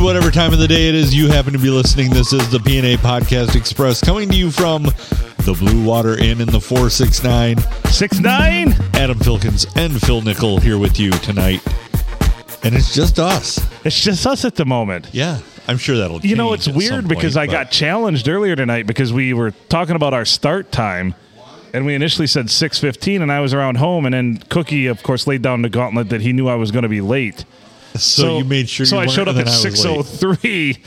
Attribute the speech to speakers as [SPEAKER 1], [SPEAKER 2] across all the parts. [SPEAKER 1] whatever time of the day it is you happen to be listening. This is the PNA Podcast Express coming to you from the Blue Water Inn in the 469.
[SPEAKER 2] Six nine.
[SPEAKER 1] Adam Filkins and Phil Nickel here with you tonight. And it's just us.
[SPEAKER 2] It's just us at the moment.
[SPEAKER 1] Yeah. I'm sure that'll
[SPEAKER 2] You know,
[SPEAKER 1] change
[SPEAKER 2] it's
[SPEAKER 1] at some
[SPEAKER 2] weird because
[SPEAKER 1] point,
[SPEAKER 2] I got
[SPEAKER 1] but-
[SPEAKER 2] challenged earlier tonight because we were talking about our start time, and we initially said six fifteen, and I was around home, and then Cookie, of course, laid down the gauntlet that he knew I was going to be late.
[SPEAKER 1] so, you made sure
[SPEAKER 2] So
[SPEAKER 1] you
[SPEAKER 2] I
[SPEAKER 1] weren't,
[SPEAKER 2] showed up
[SPEAKER 1] and
[SPEAKER 2] at
[SPEAKER 1] then I was
[SPEAKER 2] six oh
[SPEAKER 1] late.
[SPEAKER 2] three.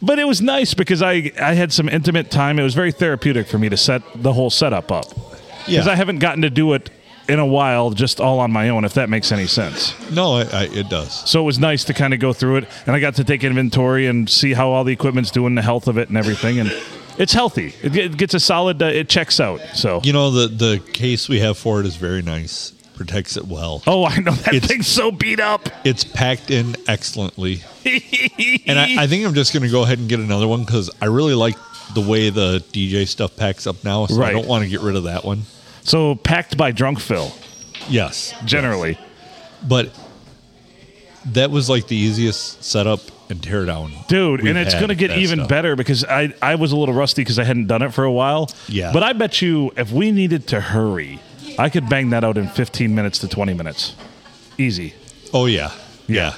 [SPEAKER 2] But it was nice because I, I had some intimate time. It was very therapeutic for me to set the whole setup up. Because
[SPEAKER 1] Yeah.
[SPEAKER 2] I haven't gotten to do it in a while, just all on my own, if that makes any sense.
[SPEAKER 1] No, I, I, it does.
[SPEAKER 2] So it was nice to kind of go through it, and I got to take inventory and see how all the equipment's doing, the health of it, and everything. And it's healthy. It, get- it gets a solid. Uh, it checks out. So.
[SPEAKER 1] You know, the, the case we have for it is very nice, protects it well.
[SPEAKER 2] Oh, I know that
[SPEAKER 1] It's-
[SPEAKER 2] thing's so beat up.
[SPEAKER 1] It's packed in excellently.
[SPEAKER 2] and
[SPEAKER 1] And I, I think I'm just going to go ahead and get another one because I really like the way the DJ stuff packs up now. So I
[SPEAKER 2] Right.
[SPEAKER 1] don't want to get rid of that one.
[SPEAKER 2] so packed by drunk Phil,
[SPEAKER 1] Yes.
[SPEAKER 2] generally.
[SPEAKER 1] But that was like the easiest setup and tear down.
[SPEAKER 2] dude
[SPEAKER 1] we've
[SPEAKER 2] and it's
[SPEAKER 1] had
[SPEAKER 2] going to get
[SPEAKER 1] that
[SPEAKER 2] even
[SPEAKER 1] stuff.
[SPEAKER 2] better because I, I was a little rusty because i hadn't done it for a while
[SPEAKER 1] Yeah.
[SPEAKER 2] but i bet you if we needed to hurry i could bang that out in 15 minutes to 20 minutes easy
[SPEAKER 1] Oh, yeah. Yeah.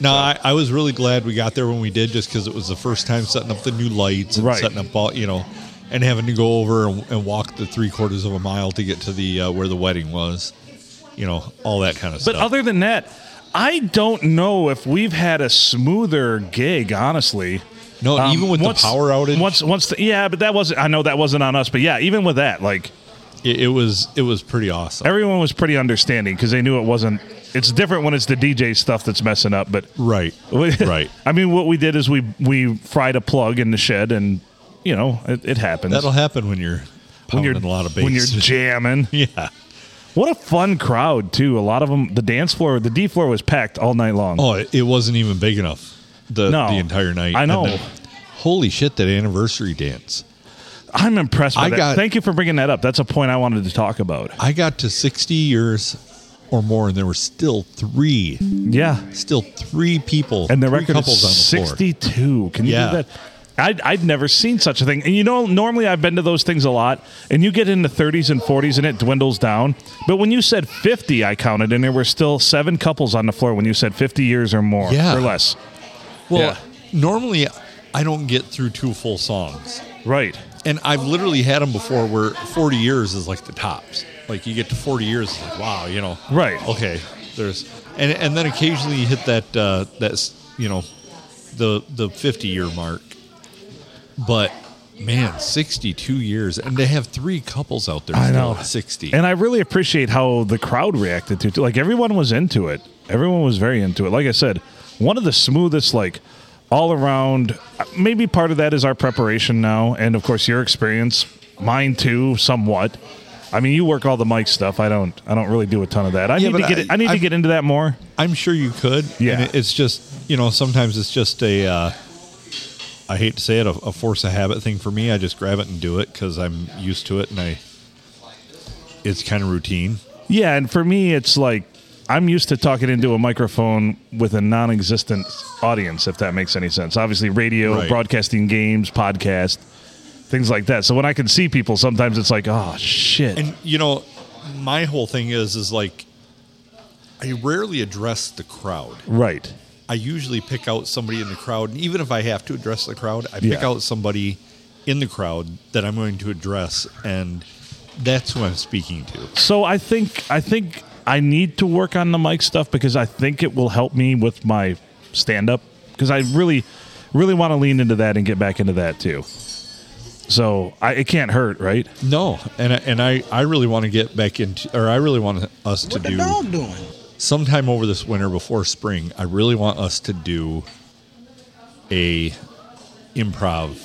[SPEAKER 1] No, I, I was really glad we got there when we did just because it was the first time setting up the new lights and
[SPEAKER 2] Right.
[SPEAKER 1] setting up all, you know, and having to go over and, and walk the three quarters of a mile to get to the uh, where the wedding was, you know, all that kind of
[SPEAKER 2] but
[SPEAKER 1] stuff.
[SPEAKER 2] other than that i don't know if we've had a smoother gig honestly
[SPEAKER 1] no,
[SPEAKER 2] Um,
[SPEAKER 1] even with
[SPEAKER 2] once-
[SPEAKER 1] the power outage.
[SPEAKER 2] once once the, yeah but that wasn't i know that wasn't on us but yeah even with that like
[SPEAKER 1] It, it was it was pretty awesome.
[SPEAKER 2] everyone was pretty understanding because they knew it wasn't it's different when it's the dj stuff that's messing up but
[SPEAKER 1] Right.
[SPEAKER 2] We-
[SPEAKER 1] Right.
[SPEAKER 2] I mean, what we did is we we fried a plug in the shed, and you know it, it happens.
[SPEAKER 1] That'll happen when you're
[SPEAKER 2] when
[SPEAKER 1] pounding
[SPEAKER 2] you're
[SPEAKER 1] a lot of bass.
[SPEAKER 2] when you're jamming.
[SPEAKER 1] yeah.
[SPEAKER 2] What a fun crowd too! A lot of them. The dance floor, the D floor was packed all night long.
[SPEAKER 1] Oh, it, it wasn't even big enough the
[SPEAKER 2] No.
[SPEAKER 1] the entire night.
[SPEAKER 2] I
[SPEAKER 1] And
[SPEAKER 2] know.
[SPEAKER 1] then- holy shit! That anniversary dance.
[SPEAKER 2] I'm impressed by
[SPEAKER 1] I
[SPEAKER 2] that.
[SPEAKER 1] got-
[SPEAKER 2] Thank you for bringing that up. That's a point I wanted to talk about.
[SPEAKER 1] I got to sixty years or more, and there were still three,
[SPEAKER 2] Yeah,
[SPEAKER 1] still three people,
[SPEAKER 2] and the
[SPEAKER 1] three
[SPEAKER 2] record
[SPEAKER 1] couples on the floor.
[SPEAKER 2] is 62. Can you
[SPEAKER 1] Yeah.
[SPEAKER 2] do that? I'd, I'd never seen such a thing. And you know, normally I've been to those things a lot, and you get in the 30s and 40s and it dwindles down. But when you said 50, I counted, and there were still seven couples on the floor when you said 50 years or more
[SPEAKER 1] Yeah.
[SPEAKER 2] or less.
[SPEAKER 1] Well,
[SPEAKER 2] Yeah.
[SPEAKER 1] normally I don't get through two full songs,
[SPEAKER 2] Right.
[SPEAKER 1] and I've literally had them before where forty years is like the tops. Like you get to forty years, it's like wow, you know,
[SPEAKER 2] Right.
[SPEAKER 1] okay there's and and then occasionally you hit that uh that's you know the the 50 year mark but man 62 years and they have three couples out there
[SPEAKER 2] I
[SPEAKER 1] still
[SPEAKER 2] know.
[SPEAKER 1] at 60
[SPEAKER 2] And I really appreciate how the crowd reacted to it. too. Like everyone was into it. Everyone was very into it. Like I said, one of the smoothest, like all around. Maybe part of that is our preparation now, and of course your experience, mine too, somewhat. I mean, you work all the mic stuff. I don't. I don't really do a ton of that. I
[SPEAKER 1] Yeah,
[SPEAKER 2] need
[SPEAKER 1] but
[SPEAKER 2] to get. it-
[SPEAKER 1] I-
[SPEAKER 2] I, need
[SPEAKER 1] I've-
[SPEAKER 2] to get into that more.
[SPEAKER 1] i'm sure you could
[SPEAKER 2] Yeah.
[SPEAKER 1] and it- it's just you know sometimes it's just a uh i hate to say it a, a force of habit thing for me i just grab it and do it because i'm used to it and i it's kind of routine
[SPEAKER 2] Yeah, and for me, it's like I'm used to talking into a microphone with a non-existent audience, if that makes any sense. Obviously, radio,
[SPEAKER 1] Right.
[SPEAKER 2] broadcasting, games, podcast, things like that. So when I can see people, sometimes it's like, oh shit.
[SPEAKER 1] And you know, my whole thing is is like I rarely address the crowd.
[SPEAKER 2] right.
[SPEAKER 1] I usually pick out somebody in the crowd, and even if I have to address the crowd, I pick
[SPEAKER 2] Yeah.
[SPEAKER 1] out somebody in the crowd that I'm going to address and that's who I'm speaking to.
[SPEAKER 2] So I think I think I need to work on the mic stuff because I think it will help me with my stand-up because I really, really want to lean into that and get back into that too. So I, it can't hurt, right?
[SPEAKER 1] No, and I, and I I really want to get back into or I really want us to
[SPEAKER 3] What the
[SPEAKER 1] do
[SPEAKER 3] dog doing?
[SPEAKER 1] sometime over this winter before spring, I really want us to do a improv.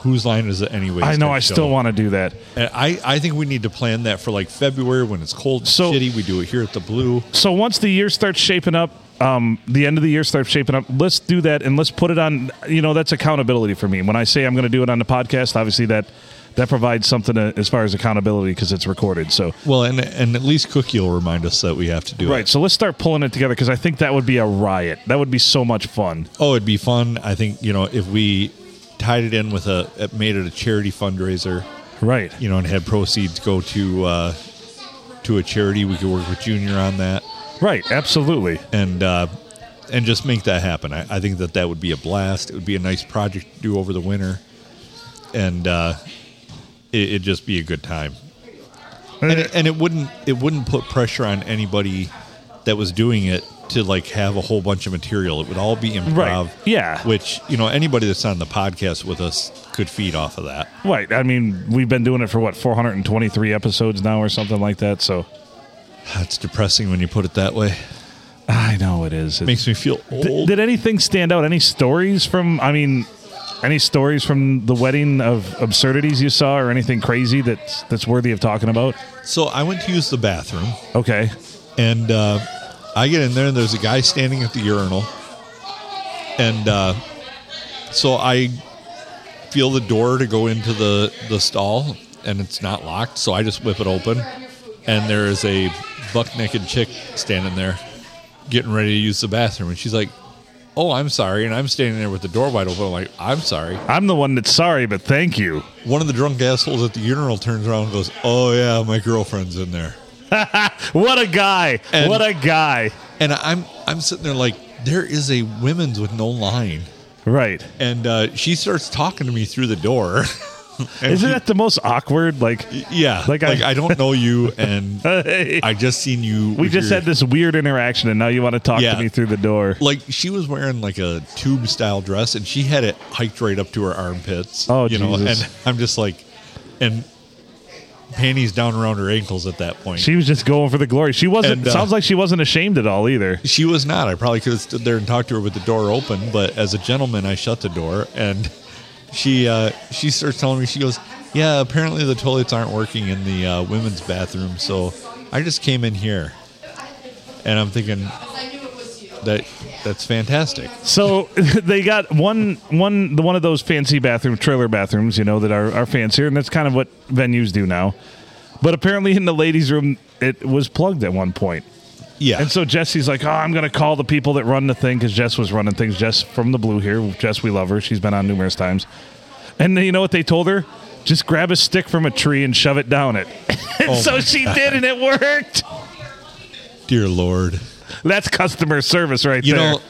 [SPEAKER 1] Whose line is it anyway?
[SPEAKER 2] I know I still want to do that.
[SPEAKER 1] And I, I think we need to plan that for like February when it's cold and
[SPEAKER 2] So-
[SPEAKER 1] shitty. We do it here at the Blue.
[SPEAKER 2] so once the year starts shaping up um, the end of the year starts shaping up let's do that and let's put it on you know that's accountability for me when i say i'm going to do it on the podcast obviously that that provides something uh as far as accountability because it's recorded. So
[SPEAKER 1] Well, and and at least Cookie will remind us that we have to do
[SPEAKER 2] right,
[SPEAKER 1] it.
[SPEAKER 2] so let's start pulling it together because I think that would be a riot. That would be so much fun.
[SPEAKER 1] Oh, it'd be fun. I think you know if we tied it in with a it made it a charity fundraiser,
[SPEAKER 2] Right.
[SPEAKER 1] you know, and had proceeds go to uh, to a charity. We could work with Junior on that
[SPEAKER 2] Right. Absolutely.
[SPEAKER 1] and uh, and just make that happen. I, I think that that would be a blast. It would be a nice project to do over the winter, and uh, it, it'd just be a good time. and it, and it wouldn't it wouldn't put pressure on anybody that was doing it to like have a whole bunch of material. It would all be improv.
[SPEAKER 2] Right. Yeah.
[SPEAKER 1] Which you know anybody that's on the podcast with us could feed off of that.
[SPEAKER 2] Right. I mean, we've been doing it for what 423 episodes now or something like that. So
[SPEAKER 1] That's depressing when you put it that way.
[SPEAKER 2] I know it is. It's-
[SPEAKER 1] Makes me feel old.
[SPEAKER 2] Th- did anything stand out? Any stories from? I mean, any stories from the wedding of absurdities you saw, or anything crazy that's that's worthy of talking about?
[SPEAKER 1] so I went to use the bathroom,
[SPEAKER 2] Okay,
[SPEAKER 1] and uh, I get in there, and there's a guy standing at the urinal, and uh, so I feel the door to go into the the stall, and it's not locked, so I just whip it open, and there is a buck naked chick standing there, getting ready to use the bathroom, and she's like, "Oh, I'm sorry," and I'm standing there with the door wide open, I'm like, "I'm sorry."
[SPEAKER 2] I'm the one that's sorry, but thank you.
[SPEAKER 1] One of the drunk assholes at the urinal turns around and goes, "Oh yeah, my girlfriend's in there."
[SPEAKER 2] What a guy!
[SPEAKER 1] And-
[SPEAKER 2] what a guy!
[SPEAKER 1] And I'm I'm sitting there like there is a women's with no line,
[SPEAKER 2] Right?
[SPEAKER 1] and uh, she starts talking to me through the door. And
[SPEAKER 2] Isn't
[SPEAKER 1] she-
[SPEAKER 2] that the most awkward? Like,
[SPEAKER 1] yeah,
[SPEAKER 2] like
[SPEAKER 1] like,
[SPEAKER 2] I-
[SPEAKER 1] I, don't know you, and
[SPEAKER 2] we
[SPEAKER 1] I just seen you. with
[SPEAKER 2] just
[SPEAKER 1] your-
[SPEAKER 2] had this weird interaction, and now you want to talk
[SPEAKER 1] Yeah.
[SPEAKER 2] to me through the door?
[SPEAKER 1] Like she was wearing like a tube style dress, and she had it hiked right up to her armpits.
[SPEAKER 2] Oh,
[SPEAKER 1] you know,
[SPEAKER 2] Jesus.
[SPEAKER 1] and I'm just like, and panties down around her ankles at that point.
[SPEAKER 2] She was just going for the glory. She wasn't.
[SPEAKER 1] And, uh,
[SPEAKER 2] sounds like she wasn't ashamed at all either.
[SPEAKER 1] She was not. I probably could have stood there and talked to her with the door open, but as a gentleman, I shut the door. And she uh, she starts telling me, she goes, "Yeah, apparently the toilets aren't working in the uh, women's bathroom, so I just came in here." And I'm thinking that that's fantastic.
[SPEAKER 2] So they got one one the one of those fancy bathroom trailer bathrooms, you know, that are, are fancier, and that's kind of what venues do now. But apparently, in the ladies' room, it was plugged at one point,
[SPEAKER 1] Yeah.
[SPEAKER 2] and so Jesse's like, "Oh, I'm gonna call the people that run the thing because Jess was running things. Jess from the Blue here. Jess, we love her. She's been on numerous times. And then you know what they told her? Just grab a stick from a tree and shove it down it. and
[SPEAKER 1] Oh
[SPEAKER 2] so
[SPEAKER 1] my
[SPEAKER 2] she did, and it worked.
[SPEAKER 1] Dear Lord,
[SPEAKER 2] That's customer service right
[SPEAKER 1] you
[SPEAKER 2] there.
[SPEAKER 1] know,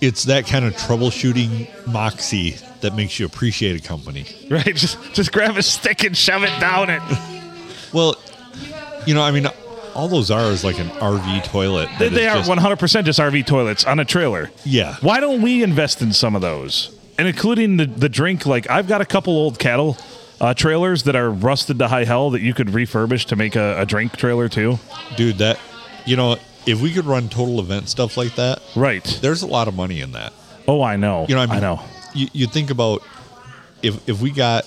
[SPEAKER 1] it's that kind of troubleshooting moxie that makes you appreciate a company.
[SPEAKER 2] right? Just just grab a stick and shove it down it.
[SPEAKER 1] Well, you know, I mean, all those are is like an RV toilet.
[SPEAKER 2] They,
[SPEAKER 1] that
[SPEAKER 2] they
[SPEAKER 1] is
[SPEAKER 2] are
[SPEAKER 1] just-
[SPEAKER 2] 100% just RV toilets on a trailer.
[SPEAKER 1] Yeah.
[SPEAKER 2] Why don't we invest in some of those? And including the, the drink, like I've got a couple old cattle uh, trailers that are rusted to high hell that you could refurbish to make a, a drink trailer too.
[SPEAKER 1] Dude, that you know, if we could run total event stuff like that,
[SPEAKER 2] Right.
[SPEAKER 1] there's a lot of money in that.
[SPEAKER 2] Oh, I know.
[SPEAKER 1] You know, I, mean,
[SPEAKER 2] know.
[SPEAKER 1] You, you think about if if we got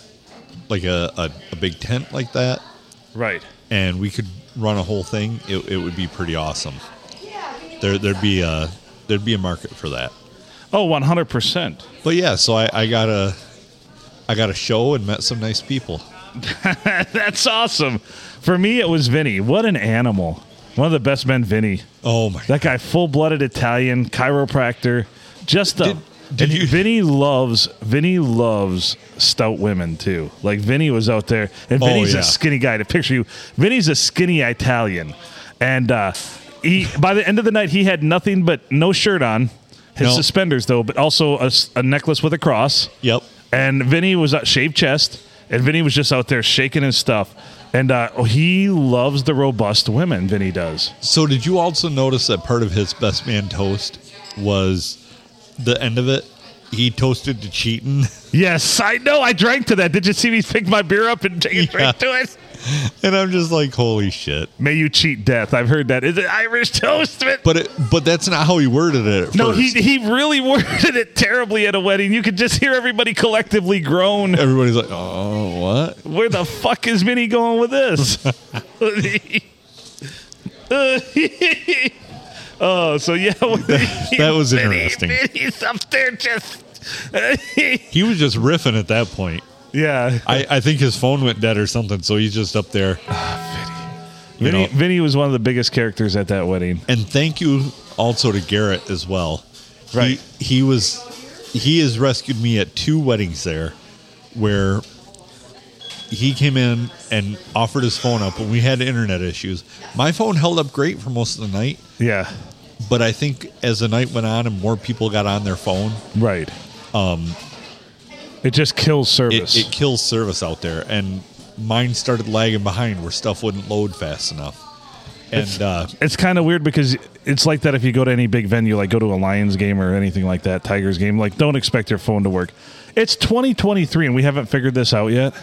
[SPEAKER 1] like a, a, a big tent like that,
[SPEAKER 2] Right.
[SPEAKER 1] and we could run a whole thing, it, it would be pretty awesome. There there'd be a there'd be a market for that.
[SPEAKER 2] Oh, 100%.
[SPEAKER 1] But yeah, so I, I got a I got a show and met some nice people.
[SPEAKER 2] That's awesome. For me, it was Vinny. What an animal. One of the best men, Vinny.
[SPEAKER 1] Oh my!
[SPEAKER 2] That guy, full blooded Italian chiropractor, just a.
[SPEAKER 1] Did- did
[SPEAKER 2] and
[SPEAKER 1] you-
[SPEAKER 2] Vinny loves Vinny loves stout women too. Like Vinny was out there, and
[SPEAKER 1] Oh,
[SPEAKER 2] Vinny's
[SPEAKER 1] yeah.
[SPEAKER 2] a skinny guy. To picture you, Vinny's a skinny Italian, and uh, he by the end of the night he had nothing but no shirt on, his
[SPEAKER 1] No.
[SPEAKER 2] suspenders though, but also a, s- a necklace with a cross.
[SPEAKER 1] Yep.
[SPEAKER 2] And Vinny was uh, shaved chest, and Vinny was just out there shaking his stuff, and uh, he loves the robust women. Vinny does.
[SPEAKER 1] So did you also notice that part of his best man toast was the end of it? He toasted to cheating,
[SPEAKER 2] Yes, I know. I drank to that. Did you see me pick my beer up and take a drink to it?
[SPEAKER 1] and I'm just like, holy shit!
[SPEAKER 2] May you cheat death. I've heard that. Is it Irish toast? But
[SPEAKER 1] But it, but that's not how he worded it. At
[SPEAKER 2] no,
[SPEAKER 1] first.
[SPEAKER 2] he, he really worded it terribly at a wedding. You could just hear everybody collectively groan.
[SPEAKER 1] everybody's like, oh, what?
[SPEAKER 2] Where the fuck is Vinny going with this? oh, so yeah,
[SPEAKER 1] that was
[SPEAKER 2] Vinny-
[SPEAKER 1] interesting.
[SPEAKER 2] Vinny's up there just.
[SPEAKER 1] He was just riffing at that point.
[SPEAKER 2] Yeah.
[SPEAKER 1] I, I think his phone went dead or something, so he's just up there. You
[SPEAKER 2] Ah, Vinny,
[SPEAKER 1] know,
[SPEAKER 2] Vinny was one of the biggest characters at that wedding.
[SPEAKER 1] and thank you also to Garrett as well.
[SPEAKER 2] Right.
[SPEAKER 1] He, he was he has rescued me at two weddings there where he came in and offered his phone up and we had internet issues. My phone held up great for most of the night,
[SPEAKER 2] Yeah.
[SPEAKER 1] but I think as the night went on and more people got on their phone,
[SPEAKER 2] Right. Um, it just kills
[SPEAKER 1] it,
[SPEAKER 2] service.
[SPEAKER 1] it kills service out there and mine started lagging behind where stuff wouldn't load fast enough. And uh,
[SPEAKER 2] it's kind of weird because it's like that if you go to any big venue, like go to a Lions game or anything like that, Tigers game, like don't expect your phone to work. It's 2023 and we haven't figured this out yet.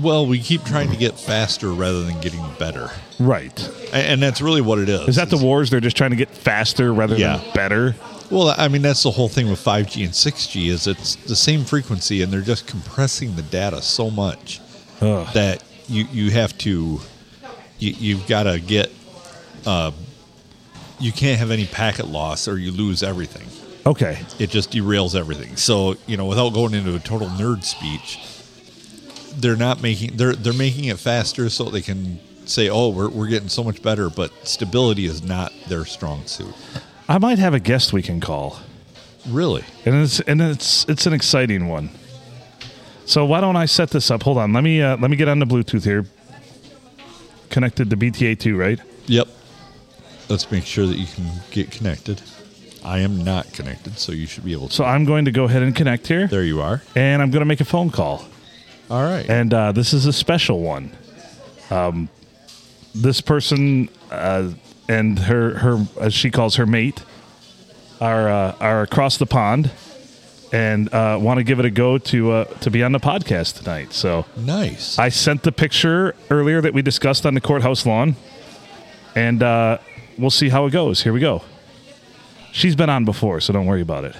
[SPEAKER 1] well, we keep trying to get faster rather than getting better.
[SPEAKER 2] Right.
[SPEAKER 1] A- And that's really what it is.
[SPEAKER 2] Is that the wars? They're just trying to get faster rather
[SPEAKER 1] Yeah.
[SPEAKER 2] than better.
[SPEAKER 1] Well, I mean that's the whole thing with 5G and 6G is it's the same frequency and they're just compressing the data so much that you you have to you, you've got to get uh, you can't have any packet loss or you lose everything.
[SPEAKER 2] Okay.
[SPEAKER 1] It just derails everything. So you know, without going into a total nerd speech, they're not making they're they're making it faster so they can say, oh, we're we're getting so much better, but stability is not their strong suit.
[SPEAKER 2] I might have a guest we can call.
[SPEAKER 1] Really.
[SPEAKER 2] and it's and it's it's an exciting one. So why don't I set this up? Hold on, let me uh, let me get on the Bluetooth here. Connected to BTA two, right?
[SPEAKER 1] Yep. Let's make sure that you can get connected. I am not connected, so you should be able to.
[SPEAKER 2] So I'm going to go ahead and connect here,
[SPEAKER 1] There you are.
[SPEAKER 2] and I'm going to make a phone call.
[SPEAKER 1] All right.
[SPEAKER 2] And uh, this is a special one. Um, this person uh, and her her as she calls her mate are uh, are across the pond and uh, want to give it a go to uh, to be on the podcast tonight. So
[SPEAKER 1] Nice.
[SPEAKER 2] I sent the picture earlier that we discussed on the courthouse lawn, and uh, we'll see how it goes. Here we go. She's been on before, so don't worry about it.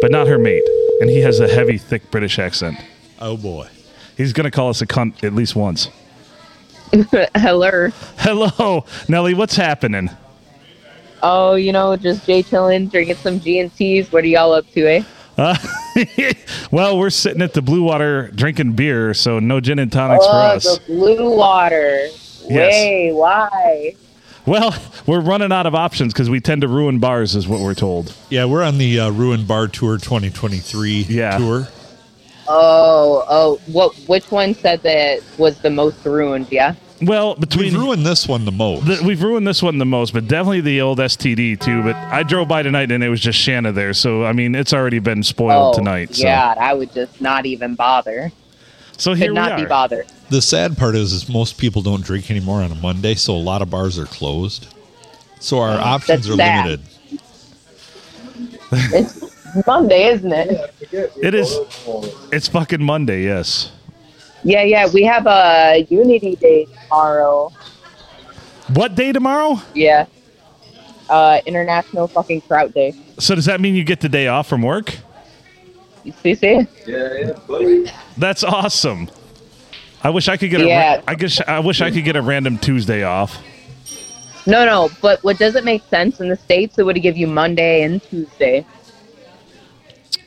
[SPEAKER 2] But not her mate, and he has a heavy, thick British accent.
[SPEAKER 1] oh boy.
[SPEAKER 2] He's gonna call us a cunt at least once.
[SPEAKER 3] Hello.
[SPEAKER 2] Hello, Nelly. What's happening?
[SPEAKER 3] Oh, you know, just Jay chilling, drinking some G and T's. What are y'all up to, eh?
[SPEAKER 2] well, we're sitting at the Blue Water drinking beer, so no gin and tonics for
[SPEAKER 3] Oh,
[SPEAKER 2] us.
[SPEAKER 3] the blue water.
[SPEAKER 2] Yes.
[SPEAKER 3] Way, why?
[SPEAKER 2] Well, we're running out of options because we tend to ruin bars, is what we're told.
[SPEAKER 1] Yeah, we're on the uh, Ruin Bar Tour 2023
[SPEAKER 2] Yeah.
[SPEAKER 1] tour.
[SPEAKER 3] Oh, oh, what? Which one said that was the most ruined? Yeah.
[SPEAKER 2] Well,
[SPEAKER 1] We
[SPEAKER 2] between
[SPEAKER 1] ruined this one the most.
[SPEAKER 2] Th we've ruined this one the most, but definitely the old STD too. But I drove by tonight and it was just Shanna there, so I mean it's already been spoiled
[SPEAKER 3] oh,
[SPEAKER 2] tonight. So.
[SPEAKER 3] yeah. I would just not even bother.
[SPEAKER 2] So
[SPEAKER 3] Could
[SPEAKER 2] here
[SPEAKER 3] not
[SPEAKER 2] we
[SPEAKER 3] be
[SPEAKER 2] are.
[SPEAKER 3] bothered.
[SPEAKER 1] the sad part is, is most people don't drink anymore on a Monday, so a lot of bars are closed. So our options are
[SPEAKER 3] sad.
[SPEAKER 1] limited.
[SPEAKER 3] It's Monday, isn't it?
[SPEAKER 2] It is. It's fucking Monday. Yes.
[SPEAKER 3] Yeah, yeah. We have a Unity Day tomorrow.
[SPEAKER 2] What day tomorrow?
[SPEAKER 3] Yeah. Uh, International fucking Kraut Day.
[SPEAKER 2] So does that mean you get the day off from work?
[SPEAKER 3] You see, see?
[SPEAKER 2] That's awesome. I wish I could get. A
[SPEAKER 3] Yeah.
[SPEAKER 2] ra- I guess I wish I could get a random Tuesday off.
[SPEAKER 3] No, no, but what doesn't make sense in the states, it would give you Monday and Tuesday.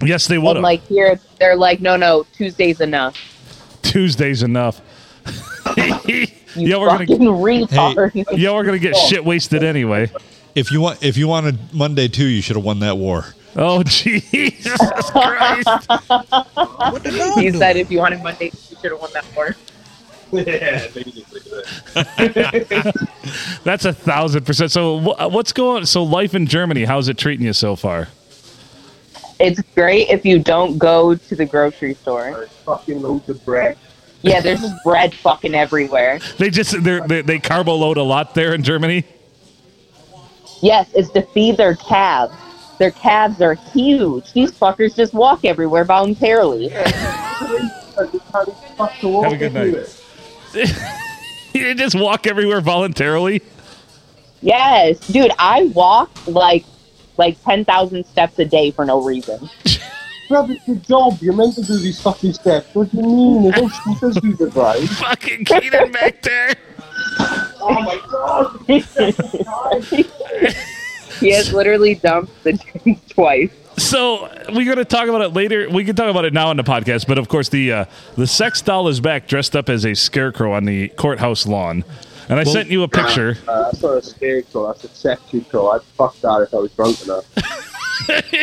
[SPEAKER 2] Yes, they would.
[SPEAKER 3] And like here, they're like, no, no, Tuesday's enough.
[SPEAKER 2] Tuesday's enough.
[SPEAKER 3] You
[SPEAKER 2] yeah, we're gonna.
[SPEAKER 3] fucking retard.
[SPEAKER 2] Yeah, we're gonna get shit wasted anyway.
[SPEAKER 1] If you want, if you wanted Monday too, you should have won that war.
[SPEAKER 2] Oh Jesus Christ!
[SPEAKER 3] He said if you wanted Monday, you should have won that war.
[SPEAKER 2] That's a thousand percent. So wh- what's going? on? So life in Germany, how's it treating you so far?
[SPEAKER 3] It's great if you don't go to the grocery store.
[SPEAKER 4] There's fucking loads of bread.
[SPEAKER 3] Yeah, there's just bread fucking everywhere.
[SPEAKER 2] They just they're, they they carbo load a lot there in Germany.
[SPEAKER 3] Yes, it's to feed their calves. Their calves are huge. These fuckers just walk everywhere voluntarily.
[SPEAKER 4] Have
[SPEAKER 2] Have a good night. You just walk everywhere voluntarily.
[SPEAKER 3] Yes, dude, I walk like like ten thousand steps a day for no reason.
[SPEAKER 4] Rob, it's your job. You're meant to do these fucking steps. What do you mean? They don't treat us with the right.
[SPEAKER 2] Fucking Keenan back there.
[SPEAKER 4] Oh my god!
[SPEAKER 3] He has literally dumped the gym twice.
[SPEAKER 2] So we're going to talk about it later. We can talk about it now on the podcast, but of course the uh, the sex doll is back, dressed up as a scarecrow on the courthouse lawn. And I
[SPEAKER 1] Well-
[SPEAKER 2] sent you a picture.
[SPEAKER 4] Uh, that's not a scarecrow. That's a sexual. I'd fuck that if I was drunk enough.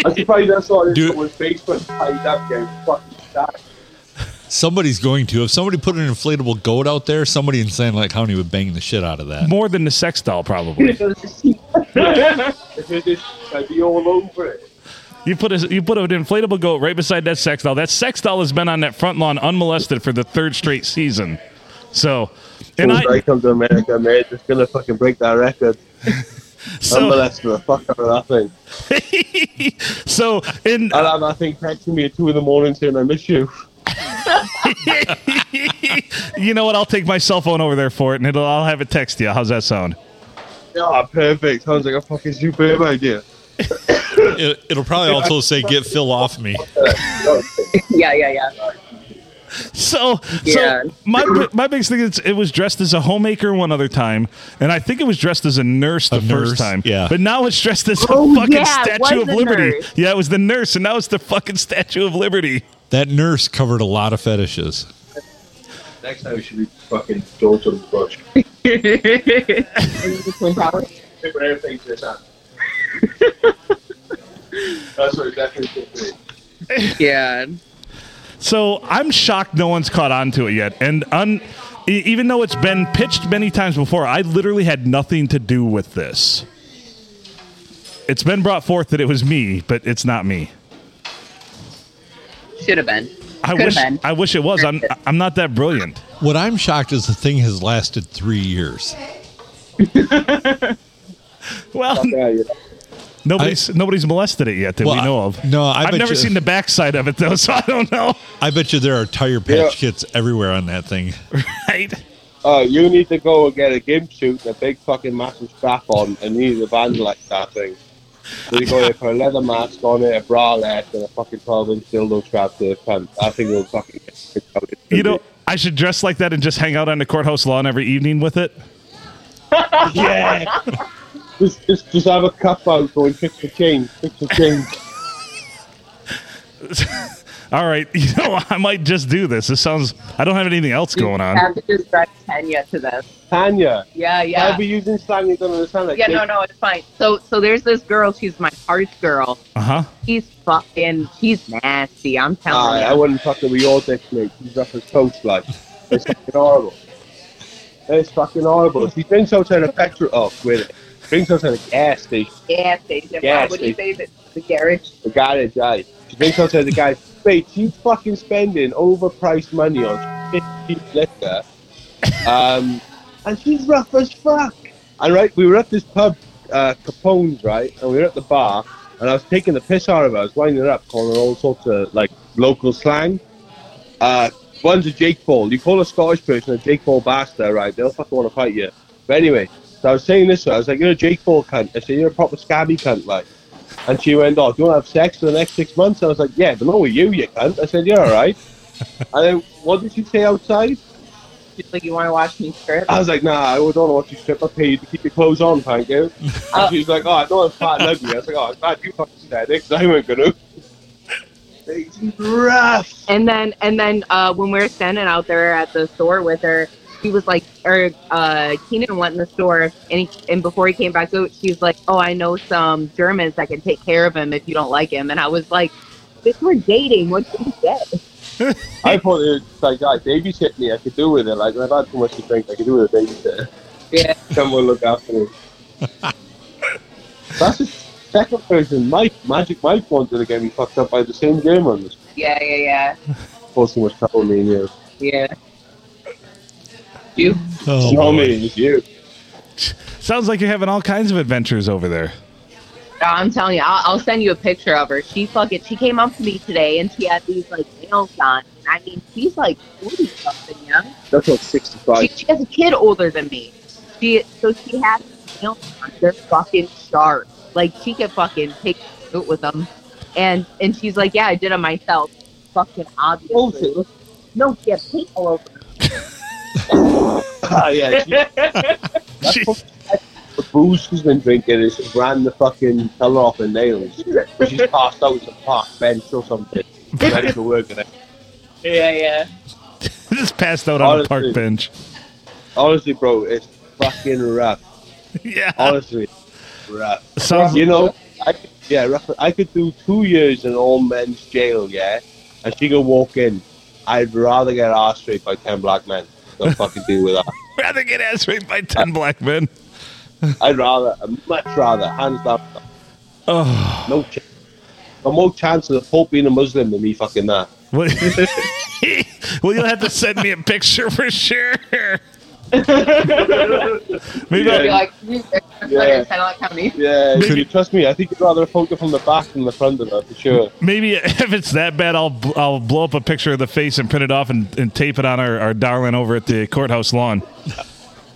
[SPEAKER 4] I'm surprised that's not in
[SPEAKER 1] Dude.
[SPEAKER 4] someone's face when I that game. Fucking that.
[SPEAKER 1] Somebody's going to. If somebody put an inflatable goat out there, somebody in Sand Lake County would bang the shit out of that.
[SPEAKER 2] More than the sex doll, probably.
[SPEAKER 4] If it is, I'd be all over it.
[SPEAKER 2] You put a, you put an inflatable goat right beside that sex doll. That sex doll has been on that front lawn unmolested for the third straight season. So, and
[SPEAKER 4] Once I
[SPEAKER 2] I
[SPEAKER 4] come to America, mate, it's gonna fucking break that record. I'm
[SPEAKER 2] so,
[SPEAKER 4] molesting the fuck out of that thing.
[SPEAKER 2] so in
[SPEAKER 4] I'll have that thing texting me at two in the morning saying I miss you.
[SPEAKER 2] you know what? I'll take my cell phone over there for it, and it'll I'll have it text you. How's that sound?
[SPEAKER 4] Yeah, Ah, perfect. Sounds like a fucking superb idea.
[SPEAKER 1] It, it'll probably also say, "Get Phil off me."
[SPEAKER 3] yeah, yeah, yeah.
[SPEAKER 2] So,
[SPEAKER 3] Yeah.
[SPEAKER 2] so my bi- my biggest thing is it was dressed as a homemaker one other time, and I think it was dressed as a nurse the
[SPEAKER 1] A
[SPEAKER 2] first
[SPEAKER 1] nurse,
[SPEAKER 2] time.
[SPEAKER 1] yeah.
[SPEAKER 2] But now it's dressed as a
[SPEAKER 3] Oh,
[SPEAKER 2] fucking
[SPEAKER 3] yeah, it
[SPEAKER 2] Statue of
[SPEAKER 3] was a
[SPEAKER 2] Liberty.
[SPEAKER 3] nurse.
[SPEAKER 2] Yeah, it was the nurse, and now it's the fucking Statue of Liberty.
[SPEAKER 1] That nurse covered a lot of fetishes.
[SPEAKER 4] Next time we should be fucking George on the bush. Put everything to his hand. That's what it definitely should be.
[SPEAKER 3] yeah.
[SPEAKER 2] So I'm shocked no one's caught on to it yet. And un, e- even though it's been pitched many times before, I literally had nothing to do with this. It's been brought forth that it was me, but it's not me.
[SPEAKER 3] Should have been.
[SPEAKER 2] I
[SPEAKER 3] Could
[SPEAKER 2] wish
[SPEAKER 3] have been.
[SPEAKER 2] I wish it was. I'm I'm not that brilliant.
[SPEAKER 1] What I'm shocked is the thing has lasted three years.
[SPEAKER 2] Well,
[SPEAKER 4] Yeah, yeah.
[SPEAKER 2] nobody's nobody's molested it yet that
[SPEAKER 1] Well,
[SPEAKER 2] we
[SPEAKER 1] I-
[SPEAKER 2] know of.
[SPEAKER 1] no, I
[SPEAKER 2] have
[SPEAKER 1] bet
[SPEAKER 2] never
[SPEAKER 1] you-
[SPEAKER 2] seen the backside of it though, so I don't know.
[SPEAKER 1] I bet you there are tire patch kits everywhere on that thing.
[SPEAKER 2] Right?
[SPEAKER 4] Oh, you need to go and get a gimp suit and a big fucking massive strap on, and you need a band like that thing. So you go in for a leather mask on it, a bralette, and a fucking 12 inch dildo strap to the front. I think it'll fucking.
[SPEAKER 2] You know, I should dress like that and just hang out on the courthouse lawn every evening with it.
[SPEAKER 4] yeah! just, just, just have a cuff out going, fix the change, fix the change.
[SPEAKER 2] All right, you know, I might just do this. This sounds. I don't have anything else going
[SPEAKER 3] You
[SPEAKER 2] on.
[SPEAKER 3] have to just drive Tanya to this.
[SPEAKER 4] Tanya,
[SPEAKER 3] Yeah,
[SPEAKER 4] I'll
[SPEAKER 3] yeah.
[SPEAKER 4] be using slang you don't understand. Like,
[SPEAKER 3] Yeah, no, no, it's fine. So, so there's this girl. She's my parts girl.
[SPEAKER 2] Uh huh.
[SPEAKER 3] She's fucking. She's nasty. I'm
[SPEAKER 4] Aye,
[SPEAKER 3] telling
[SPEAKER 4] I
[SPEAKER 3] you.
[SPEAKER 4] wouldn't fucking with your dick, mate. She's up as toast, like. It's fucking horrible. It's fucking horrible. She drinks outside a petrol off with it. Drinks outside a gas station,
[SPEAKER 3] Gas station. Why
[SPEAKER 4] Gas
[SPEAKER 3] would you say that? The garage.
[SPEAKER 4] the garage, aye. She drinks outside the guy's. Mate, she's fucking spending overpriced money on 50 liquor. Um, and she's rough as fuck. And right, we were at this pub, uh, Capone's, right? And we were at the bar, and I was taking the piss out of her. I was winding her up, calling her all sorts of like local slang. Uh, one's a Jake Paul. You call a Scottish person a Jake Paul bastard, right? They'll fucking want to fight you. But anyway, so I was saying this, to her, I was like, "You're a Jake Paul cunt." I said, "You're a proper scabby cunt," like. And she went, "Oh, do you want to have sex for the next six months?" I was like, "Yeah, but not with you, you cunt." I said, "You're all right." and then what did she say outside?
[SPEAKER 3] She's like, you want to watch me strip?
[SPEAKER 4] I was like, nah, I don't want to strip. I pay you to keep your clothes on, thank you. And she was like, oh, I know I'm fat and ugly. I was like, oh, I'm glad you fucking said it, 'cause I weren't going to. She's rough.
[SPEAKER 3] And then and then uh, when we were standing out there at the store with her, she was like, or uh, Keenan went in the store, and he, and before he came back out, she was like, "Oh, I know some Germans that can take care of him if you don't like him." And I was like, "Bitch, we're dating. What did you get?"
[SPEAKER 4] I thought it was like, I babysit me. I could do with it. Like, I've had too much to drink. I could do with a babysitter.
[SPEAKER 3] Yeah.
[SPEAKER 4] Someone look after me. That's the second person. Mike, Magic Mike wanted to get me fucked up by the same game on this.
[SPEAKER 3] Yeah, yeah,
[SPEAKER 4] Causing much trouble, me and you.
[SPEAKER 3] yeah, yeah. You
[SPEAKER 1] Oh,
[SPEAKER 4] no,
[SPEAKER 1] boy.
[SPEAKER 4] me, it's you.
[SPEAKER 2] Sounds like you're having all kinds of adventures over there.
[SPEAKER 3] No, I'm telling you, I'll, I'll send you a picture of her. She fucking, she came up to me today and she had these like nails on. I mean, she's like 40 something young.
[SPEAKER 4] That's like 65.
[SPEAKER 3] She, she has a kid older than me. She, so she has these nails on. They're fucking sharp. Like she could fucking take it with them. And and she's like, yeah, I did it myself. Fucking obviously.
[SPEAKER 4] Bullshit.
[SPEAKER 3] No, she had paint all over.
[SPEAKER 4] Ah, yeah.
[SPEAKER 2] She-
[SPEAKER 4] the booze she's been drinking is she's ran the fucking color off her nails. And she's passed out on a park bench or something. Ready for work the next
[SPEAKER 5] Yeah, yeah.
[SPEAKER 2] Just passed out on a park
[SPEAKER 4] Honestly.
[SPEAKER 2] bench.
[SPEAKER 4] Honestly, bro, it's fucking rough.
[SPEAKER 2] Yeah.
[SPEAKER 4] Honestly, rough.
[SPEAKER 2] Sounds,
[SPEAKER 4] You know, I could, yeah, rough, I could do two years in all men's jail, yeah, and she could walk in. I'd rather get ass straight by ten black men than fucking deal with that.
[SPEAKER 2] rather get ass raped by 10 black men.
[SPEAKER 4] I'd rather, I'd much rather, hands down.
[SPEAKER 2] Oh.
[SPEAKER 4] No chance. Got more chance of the Pope being a Muslim than me fucking that.
[SPEAKER 2] Well, well, you'll have to send me a picture for sure. Maybe
[SPEAKER 4] Yeah.
[SPEAKER 2] I'll-
[SPEAKER 3] Be like, "You- that's
[SPEAKER 4] Yeah.
[SPEAKER 3] fucking Cadillac County."
[SPEAKER 4] Yeah,
[SPEAKER 2] Maybe-
[SPEAKER 4] you trust me, I think you'd rather poke it from the back than the front of her, for sure.
[SPEAKER 2] Maybe if it's that bad, I'll bl- I'll blow up a picture of the face and print it off and, and tape it on our, our darling over at the courthouse lawn.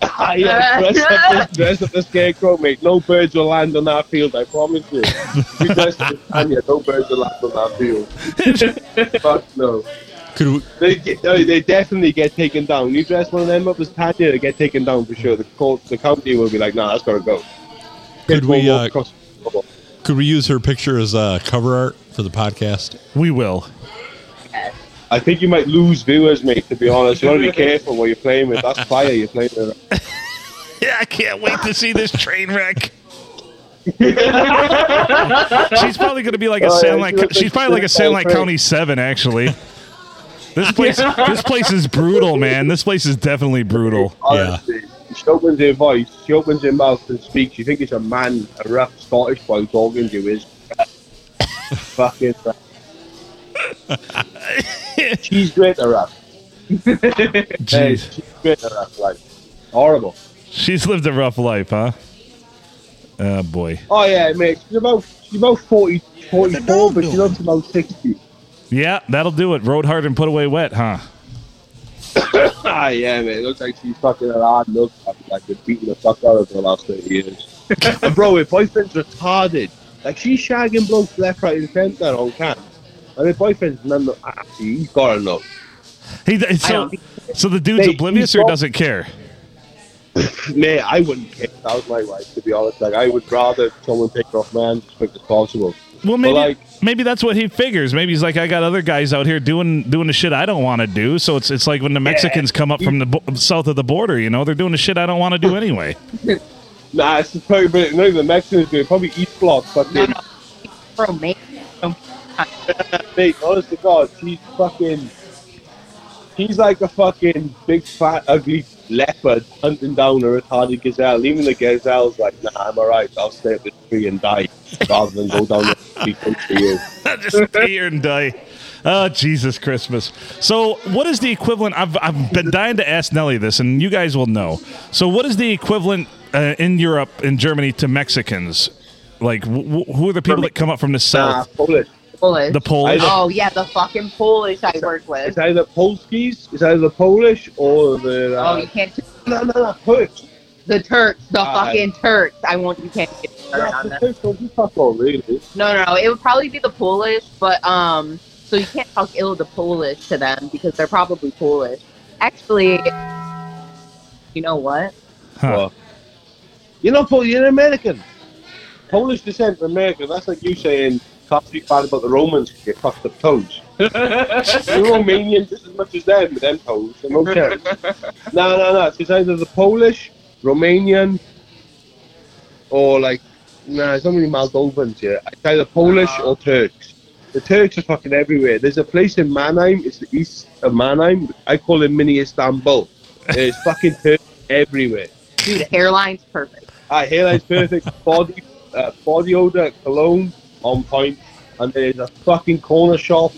[SPEAKER 4] Ah, yeah, dress up, the, dress up the scarecrow, mate. No birds will land on that field, I promise you. If you dress up as Tanya, no birds will land on that field. Fuck no.
[SPEAKER 1] Could we,
[SPEAKER 4] They, get, no, they definitely get taken down. You dress one of them up as Tanya, they get taken down for sure. The, court, the county will be like, nah, that's gotta go.
[SPEAKER 1] Could we,
[SPEAKER 4] People will
[SPEAKER 1] uh,
[SPEAKER 4] cross-
[SPEAKER 1] could we use her picture as uh, cover art for the podcast?
[SPEAKER 2] We will.
[SPEAKER 4] I think you might lose viewers, mate, to be honest. You gotta be careful what you're playing with. That's fire you're playing with.
[SPEAKER 2] Yeah, I can't wait to see this train wreck. she's probably going to be like a
[SPEAKER 4] Oh, yeah,
[SPEAKER 2] Sandlot.
[SPEAKER 4] she looks
[SPEAKER 2] she's
[SPEAKER 4] like
[SPEAKER 2] probably like a
[SPEAKER 4] she's like
[SPEAKER 2] Sandlot County Seven, actually. This place, this place is brutal, man. This place is definitely brutal.
[SPEAKER 4] Honestly, she opens her voice, she opens her mouth and speaks. You think it's a man, a rough Scottish boy talking to you. Is fucking rough. She's great at rap. Hey,
[SPEAKER 2] Jeez.
[SPEAKER 4] she's great at rap. Like horrible.
[SPEAKER 2] She's lived a rough life, huh? Oh boy.
[SPEAKER 4] Oh yeah, mate. She's about she's about 40, 44, but she looks about sixty.
[SPEAKER 2] Yeah, that'll do it. Rode hard and put away wet, huh?
[SPEAKER 4] Ah yeah, mate. It looks like she's fucking an hard milk. Like been beating the fuck out of her the last thirty years. and bro, her boyfriend's retarded. Like she's shagging blokes left, right, and centre on cam. And her boyfriend's none of actually he's gotta know.
[SPEAKER 2] He, so,
[SPEAKER 3] don't think
[SPEAKER 2] so the dude's
[SPEAKER 4] They-
[SPEAKER 2] oblivious
[SPEAKER 4] he
[SPEAKER 2] or
[SPEAKER 4] bought-
[SPEAKER 2] doesn't care?
[SPEAKER 4] Mate, I wouldn't care if that was my wife, to be honest. Like I would rather someone take her off my hands as quick as possible.
[SPEAKER 2] Well, maybe
[SPEAKER 4] like-
[SPEAKER 2] maybe that's what he figures. Maybe he's like, I got other guys out here doing doing the shit I don't want to do. So it's it's like when the Mexicans come up from the bo- south of the border, you know, they're doing the shit I don't want to do anyway.
[SPEAKER 4] Nah, it's probably but not even the Mexicans do it, probably East Bloc fucking
[SPEAKER 3] No, no. Bro, man.
[SPEAKER 4] mate, honest to God, she's fucking. He's like a fucking big, fat, ugly leopard hunting down a retarded gazelle. Even the gazelle's like, nah, I'm alright. I'll stay at the tree and die rather than go down the street for you.
[SPEAKER 2] Just stay here and die. Oh Jesus Christmas! So what is the equivalent? I've I've been dying to ask Nelly this, and you guys will know. So what is the equivalent uh, in Europe in Germany to Mexicans? Like w- w- who are the people that come up from the
[SPEAKER 4] Nah,
[SPEAKER 2] south?
[SPEAKER 4] Polish.
[SPEAKER 3] Polish.
[SPEAKER 2] The Polish.
[SPEAKER 3] Oh yeah, the fucking Polish I work
[SPEAKER 4] It's
[SPEAKER 3] with.
[SPEAKER 4] either Polskis, it's either the Polish or the.
[SPEAKER 3] Oh,
[SPEAKER 4] Uh,
[SPEAKER 3] you can't.
[SPEAKER 4] no, no, no, Turks.
[SPEAKER 3] The Turks, the
[SPEAKER 4] Uh,
[SPEAKER 3] fucking Turks. I won't. You can't get started
[SPEAKER 4] Yeah,
[SPEAKER 3] on
[SPEAKER 4] the
[SPEAKER 3] that.
[SPEAKER 4] Turks don't do fuck all, really.
[SPEAKER 3] No, no, no. It would probably be the Polish, but um, so you can't talk ill of the Polish to them because they're probably Polish. Actually, you know what?
[SPEAKER 2] Huh.
[SPEAKER 4] Well, You're not Polish, you're an American. Polish descent from America, that's like you saying, can't speak bad about the Romans because you fucked up toes. you're Romanian just as much as them with them toes, so no chance. no, no, no, it's either the Polish, Romanian, or like, nah, there's not many Moldovans here. It's either Polish or Turks. The Turks are fucking everywhere. There's a place in Mannheim, it's the east of Mannheim, I call it mini Istanbul. There's fucking Turks everywhere.
[SPEAKER 3] Dude, hairline's perfect.
[SPEAKER 4] I hear that's perfect. Body, uh, body odor, cologne, on point. And there's a fucking corner shop,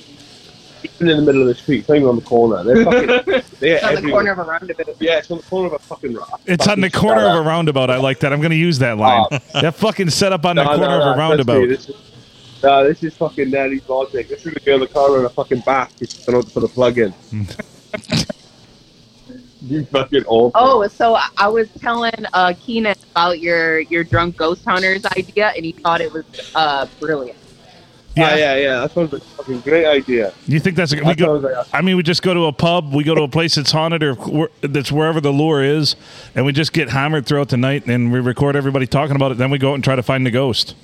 [SPEAKER 4] even in the middle of the street. It's not even on the corner. They're fucking. They're
[SPEAKER 3] It's on the
[SPEAKER 4] everywhere.
[SPEAKER 3] corner of a roundabout.
[SPEAKER 4] Yeah, it's on the corner of a fucking. ra-
[SPEAKER 2] It's on
[SPEAKER 4] fucking
[SPEAKER 2] the corner
[SPEAKER 4] shout
[SPEAKER 2] of a roundabout. I like that. I'm going to use that line. that fucking setup on the
[SPEAKER 4] No, no,
[SPEAKER 2] corner of
[SPEAKER 4] no,
[SPEAKER 2] a
[SPEAKER 4] trust me,
[SPEAKER 2] roundabout.
[SPEAKER 4] this is- No, this is fucking Nelly's logic. This is the girl in the car in a fucking bath. She's just going to put a plug in. you fucking awful.
[SPEAKER 3] Oh, so I- I was telling uh, Keenan about your your drunk ghost hunters idea, and he thought it was uh, brilliant.
[SPEAKER 4] Yeah, Ah, Oh, yeah, yeah. That sounds like a fucking great idea.
[SPEAKER 2] You think that's a, we
[SPEAKER 4] That
[SPEAKER 2] go?
[SPEAKER 4] sounds like
[SPEAKER 2] I mean, we just go to a pub. We go to a place that's haunted or where- that's wherever the lure is, and we just get hammered throughout the night, and we record everybody talking about it. Then we go out and try to find the ghost.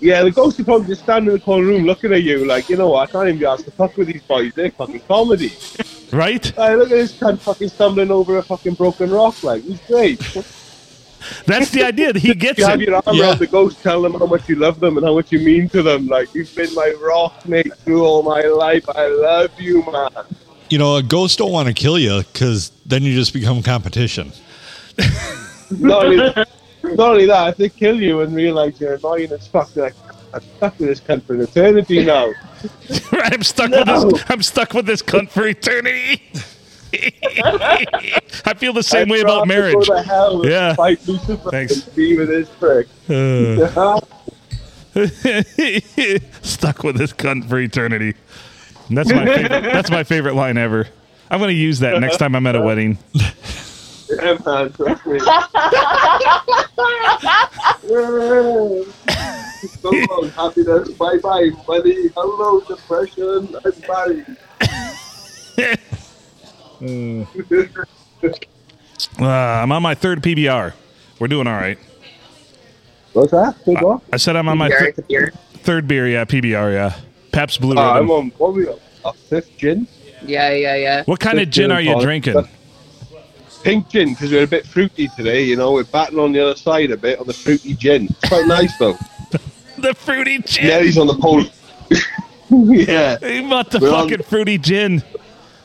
[SPEAKER 4] Yeah, the ghost is probably just standing in the corner room looking at you like, you know what, I can't even be asked to fuck with these boys. They're fucking comedy.
[SPEAKER 2] Right?
[SPEAKER 4] Like, look at this cunt fucking stumbling over a fucking broken rock. Like, he's great.
[SPEAKER 2] That's the idea. He gets
[SPEAKER 4] you have
[SPEAKER 2] it.
[SPEAKER 4] your arm
[SPEAKER 1] Yeah.
[SPEAKER 4] around the ghost, tell them how much you love them and how much you mean to them. Like, you've been my rock mate through all my life. I love you, man.
[SPEAKER 1] You know, ghosts don't want to kill you because then you just become competition.
[SPEAKER 4] Not only, not only that, if they kill you and realize you're annoying as fuck, they're like, I'm stuck with this cunt for an eternity now.
[SPEAKER 2] I'm stuck
[SPEAKER 4] No.
[SPEAKER 2] with this. I'm stuck with this cunt for eternity. I feel the same
[SPEAKER 4] I'd
[SPEAKER 2] way about
[SPEAKER 4] rather
[SPEAKER 2] marriage.
[SPEAKER 4] Go to hell and
[SPEAKER 2] Yeah.
[SPEAKER 4] Fight Lucifer
[SPEAKER 2] Thanks. Uh.
[SPEAKER 4] than be with this prick.
[SPEAKER 2] stuck with this cunt for eternity. And that's my favorite, that's my favorite line ever. I'm going to use that next time I'm at a wedding.
[SPEAKER 4] Yeah, man, trust me. so long, happiness. Bye bye, buddy. Hello, depression. I'm married.
[SPEAKER 2] Uh, I'm on my third PBR. We're doing all right.
[SPEAKER 4] What's that? Take off?
[SPEAKER 2] I said I'm on my
[SPEAKER 3] Beer,
[SPEAKER 2] th-
[SPEAKER 3] it's a beer.
[SPEAKER 2] third beer. Yeah, PBR. Yeah, Pabst Blue
[SPEAKER 4] Uh,
[SPEAKER 2] Ribbon.
[SPEAKER 4] I'm on what are we on? A fifth gin?
[SPEAKER 3] Yeah, yeah, yeah.
[SPEAKER 2] what kind of
[SPEAKER 4] Fifth
[SPEAKER 2] gin are you
[SPEAKER 4] Paul.
[SPEAKER 2] drinking?
[SPEAKER 4] Pink gin, because we're a bit fruity today, you know. We're batting on the other side a bit on the fruity gin. It's quite nice, though.
[SPEAKER 2] The fruity gin.
[SPEAKER 4] Nelly's on the pole. yeah.
[SPEAKER 2] He bought the
[SPEAKER 4] We're on-
[SPEAKER 2] fucking fruity gin.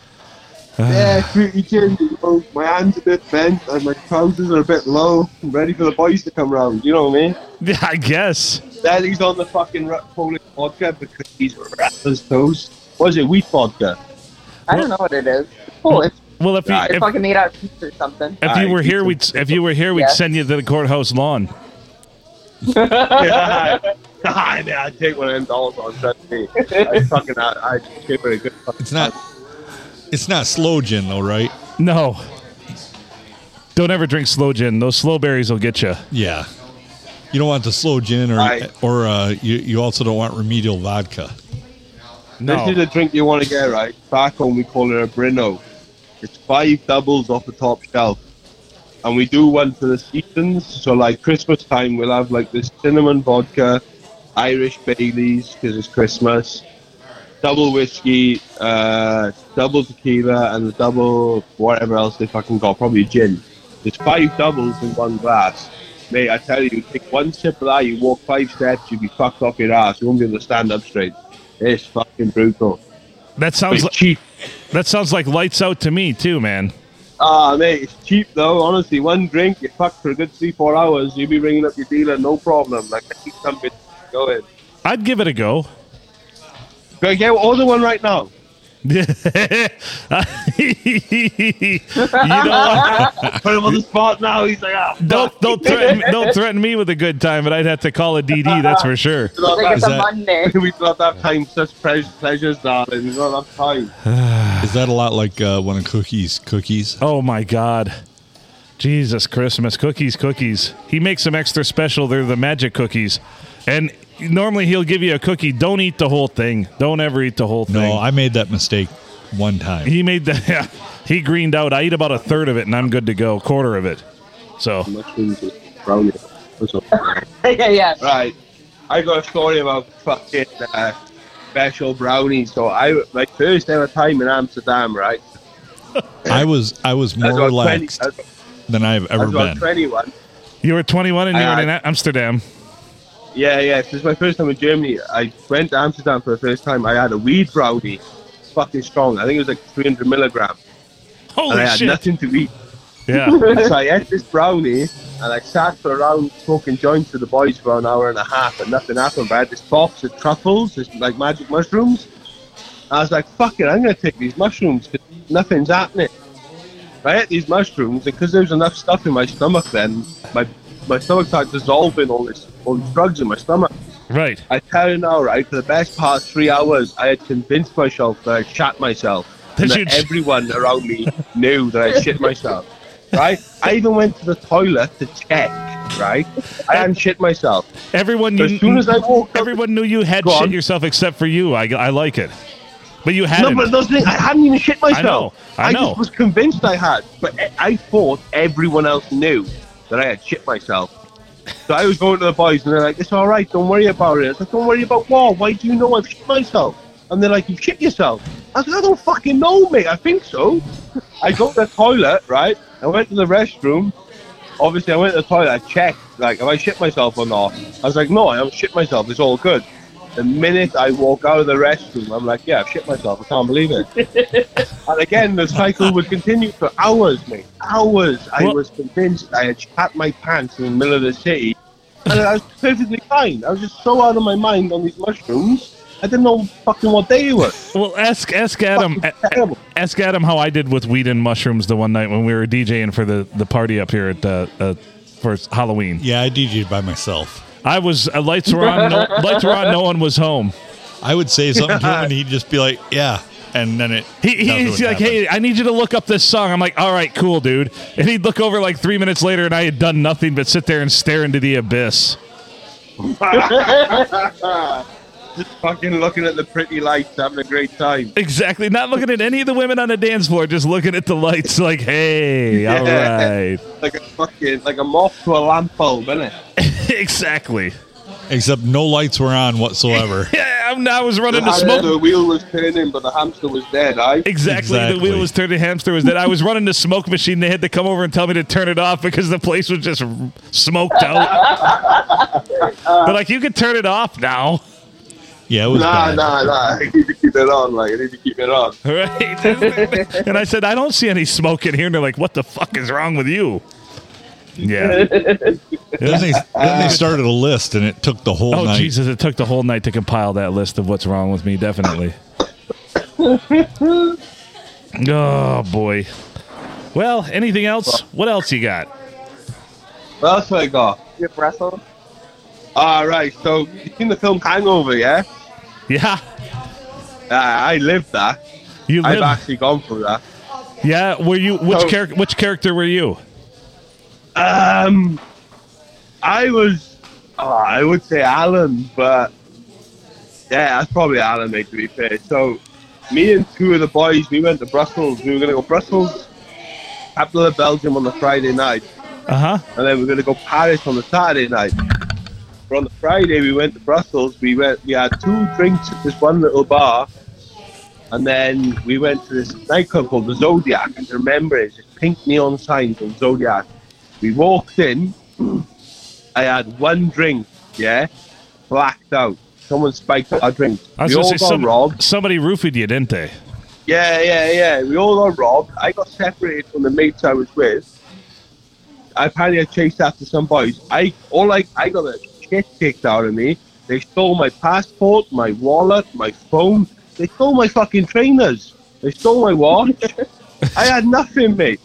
[SPEAKER 4] Yeah, fruity gin. You know, my hands a bit bent and my trousers are a bit low. I'm ready for the boys to come round. You know what I mean?
[SPEAKER 2] Yeah, I guess.
[SPEAKER 4] Then he's on the fucking rat Polish vodka because he's rapper's toast. What is it? Wheat vodka.
[SPEAKER 3] I don't know what it is. Cool. It's,
[SPEAKER 2] Well, if you
[SPEAKER 4] Nah,
[SPEAKER 3] it's
[SPEAKER 2] if,
[SPEAKER 3] fucking made out of cheese or something.
[SPEAKER 2] if you were here, we'd if you were here, we'd
[SPEAKER 3] Yeah.
[SPEAKER 2] send you to the courthouse lawn.
[SPEAKER 4] Yeah. I mean, I'd take one of them dollars on trust me. I fucking, I, I'd give it a good fucking.
[SPEAKER 1] It's not. It's not slow gin though, right?
[SPEAKER 2] No. Don't ever drink slow gin. Those slow berries will get you.
[SPEAKER 1] Yeah. You don't want the slow gin, or
[SPEAKER 4] Right.
[SPEAKER 1] or uh, you you also don't want remedial vodka.
[SPEAKER 2] No.
[SPEAKER 4] This is a drink you want to get, right? Back home, we call it a Brino. It's five doubles off the top shelf. And we do one for the seasons. So, like Christmas time, we'll have like this cinnamon vodka, Irish Baileys, because it's Christmas, double whiskey, uh, double tequila, and the double whatever else they fucking got, probably gin. There's five doubles in one glass. Mate, I tell you, you take one sip of that, you walk five steps, you'd be fucked off your ass. You won't be able to stand up straight. It's fucking brutal.
[SPEAKER 2] that
[SPEAKER 4] But
[SPEAKER 2] sounds
[SPEAKER 4] It's
[SPEAKER 2] like,
[SPEAKER 4] cheap.
[SPEAKER 2] that sounds like lights out to me too, man.
[SPEAKER 4] Ah, mate, it's cheap though. Honestly, one drink, you fucked for a good three, four hours. You'll be ringing up your dealer, no problem. Like, I keep some bit going.
[SPEAKER 2] I'd give it a go.
[SPEAKER 4] Go get order one right now.
[SPEAKER 2] you know,
[SPEAKER 4] Put him on the spot now. He's like, ah,
[SPEAKER 2] don't don't threaten don't threaten me with a good time, but I'd have to call a DD. That's for sure.
[SPEAKER 4] we don't
[SPEAKER 3] Like
[SPEAKER 4] have
[SPEAKER 3] it's
[SPEAKER 1] Is
[SPEAKER 3] a
[SPEAKER 1] that-
[SPEAKER 3] Monday.
[SPEAKER 4] we don't have time. Such pleas- pleasures, darling. We don't have time.
[SPEAKER 1] Is that a lot like uh, one of Cookie's cookies?
[SPEAKER 2] Oh my God, Jesus Christmas cookies, cookies. He makes them extra special. They're the magic cookies, and normally he'll give you a cookie. Don't eat the whole thing. Don't ever eat the whole thing.
[SPEAKER 1] No, I made that mistake one time.
[SPEAKER 2] He made the yeah, he greened out. I eat about a third of it and I'm good to go, quarter of it. So
[SPEAKER 4] Mushrooms and brownie. What's up?
[SPEAKER 3] yeah, yeah.
[SPEAKER 4] Right. I got a story about fucking uh, special brownies. So I my first ever time in Amsterdam, right?
[SPEAKER 1] I was I was
[SPEAKER 4] I
[SPEAKER 1] more
[SPEAKER 4] was about
[SPEAKER 1] relaxed
[SPEAKER 4] 20,
[SPEAKER 1] than I've
[SPEAKER 4] I
[SPEAKER 1] ever
[SPEAKER 4] was about
[SPEAKER 1] been.
[SPEAKER 4] 21.
[SPEAKER 2] you were 21 and you
[SPEAKER 4] I-
[SPEAKER 2] were in Amsterdam.
[SPEAKER 4] Yeah, yeah. This is my first time in Germany. I went to Amsterdam for the first time. I had a weed brownie. It's fucking strong. I think it was like 300 milligrams. And
[SPEAKER 2] Holy
[SPEAKER 4] I had
[SPEAKER 2] shit!
[SPEAKER 4] nothing to eat.
[SPEAKER 2] Yeah,
[SPEAKER 4] so I ate this brownie and I sat for around smoking joints with the boys for an hour and a half and nothing happened. But I had this box of truffles, this like magic mushrooms. I was like, fuck it, I'm going to take these mushrooms 'cause nothing's happening. I ate these mushrooms and because there was enough stuff in my stomach then, my, my stomach started dissolving all this all these drugs in my stomach.
[SPEAKER 2] right.
[SPEAKER 4] I tell you now, right, for the best part of three hours, I had convinced myself that I shot myself.
[SPEAKER 2] That
[SPEAKER 4] and
[SPEAKER 2] you'd
[SPEAKER 4] that
[SPEAKER 2] sh-
[SPEAKER 4] everyone around me knew that I shit myself. Right? I even went to the toilet to check. right? I hadn't shit myself.
[SPEAKER 2] Everyone,
[SPEAKER 4] As
[SPEAKER 2] you-
[SPEAKER 4] soon as I woke up-
[SPEAKER 2] everyone knew you had
[SPEAKER 4] Go
[SPEAKER 2] shit
[SPEAKER 4] on.
[SPEAKER 2] yourself except for you. I, I like it, but you hadn't.
[SPEAKER 4] No, but those things, I hadn't even shit myself.
[SPEAKER 2] I know, I know.
[SPEAKER 4] just was convinced I had, but I- I thought everyone else knew that I had shit myself. So I was going to the boys, and they're like, "It's all right, don't worry about it." I was like, "Don't worry about what? Why do you know I've shit myself?" And they're like, "You shit yourself." I was like, "I don't fucking know, mate. I think so." I go to the toilet, right? I went to the restroom. Obviously, I went to the toilet. I checked, like, have I shit myself or not? I was like, "No, I haven't shit myself. It's all good." The minute I walk out of the restroom, I'm like, yeah, I've shit myself. I can't believe it. and again, the cycle would continue for hours, mate. Hours. I
[SPEAKER 2] Well-
[SPEAKER 4] was convinced I had shat my pants in the middle of the city. And I was perfectly fine. I was just so out of my mind on these mushrooms. I didn't know fucking what day it was.
[SPEAKER 2] well, ask ask Adam.
[SPEAKER 4] Fucking
[SPEAKER 2] a-
[SPEAKER 4] terrible.
[SPEAKER 2] ask Adam how I did with weed and mushrooms the one night when we were DJing for the, the party up here at uh, uh, for Halloween.
[SPEAKER 5] Yeah, I DJ'd by myself.
[SPEAKER 2] I was uh, lights were on, no, lights were on, no one was home.
[SPEAKER 5] I would say something to him, and he'd just be like, "Yeah," and then it.
[SPEAKER 2] He, he-
[SPEAKER 5] nothing
[SPEAKER 2] he's
[SPEAKER 5] would
[SPEAKER 2] like,
[SPEAKER 5] happen.
[SPEAKER 2] "Hey, I need you to look up this song." I'm like, "All right, cool, dude." And he'd look over like three minutes later, and I had done nothing but sit there and stare into the abyss.
[SPEAKER 4] Just fucking looking at the pretty lights, having a great time.
[SPEAKER 2] Exactly, not looking at any of the women on the dance floor, just looking at the lights. Like, hey, all
[SPEAKER 4] Yeah.
[SPEAKER 2] right,
[SPEAKER 4] Like a fucking, like a moth to a lamp bulb, innit?
[SPEAKER 2] exactly.
[SPEAKER 5] except no lights were on whatsoever.
[SPEAKER 2] Yeah, I'm, I was running to
[SPEAKER 4] I-
[SPEAKER 2] smoke
[SPEAKER 4] The wheel was turning, but the hamster was dead, I.
[SPEAKER 2] Exactly. The wheel
[SPEAKER 5] Exactly.
[SPEAKER 2] was turning hamster was that I was running the smoke machine. They had to come over and tell me to turn it off because the place was just r- smoked out. They're like, you could turn it off now.
[SPEAKER 5] yeah, it was bad.
[SPEAKER 4] Nah, nah, nah. I need to keep it on. Like, I need to keep it on.
[SPEAKER 2] Right? and I said, I don't see any smoke in here. And they're like, what the fuck is wrong with you? Yeah.
[SPEAKER 5] Then they then they started a list, and it took the whole
[SPEAKER 2] Oh,
[SPEAKER 5] night.
[SPEAKER 2] Jesus. It took the whole night to compile that list of what's wrong with me. Definitely. oh, boy. Well, anything else? What else you got?
[SPEAKER 4] What else have I got?
[SPEAKER 3] With Russell.
[SPEAKER 4] All Ah, right, so you seen the film Hangover, yeah?
[SPEAKER 2] Yeah.
[SPEAKER 4] Uh, I lived that.
[SPEAKER 2] You
[SPEAKER 4] I've
[SPEAKER 2] live.
[SPEAKER 4] actually gone through that.
[SPEAKER 2] Yeah, were you which
[SPEAKER 4] So-
[SPEAKER 2] character? Which character were you?
[SPEAKER 4] Um, I was, oh, I would say Alan, but yeah, that's probably Alan, mate, to be fair. So, me and two of the boys, we went to Brussels. We were going to go Brussels, capital of Belgium on the Friday night.
[SPEAKER 2] Uh huh.
[SPEAKER 4] and then we're gonna go Paris on the Saturday night. But on the Friday, we went to Brussels. We went. We had two drinks at this one little bar, and then we went to this nightclub called the Zodiac. I can remember it's this pink neon sign from Zodiac. We walked in. I had one drink. Yeah, blacked out. Someone spiked our drinks.
[SPEAKER 2] I was
[SPEAKER 4] we all
[SPEAKER 2] gonna
[SPEAKER 4] got
[SPEAKER 2] say some-
[SPEAKER 4] robbed.
[SPEAKER 2] somebody roofied you, didn't they?
[SPEAKER 4] Yeah, yeah, yeah. We all got robbed. I got separated from the mates I was with. I apparently I chased after some boys. I all I I got a shit kicked out of me. They stole my passport, my wallet, my phone. They stole my fucking trainers. They stole my watch. I had nothing, mate.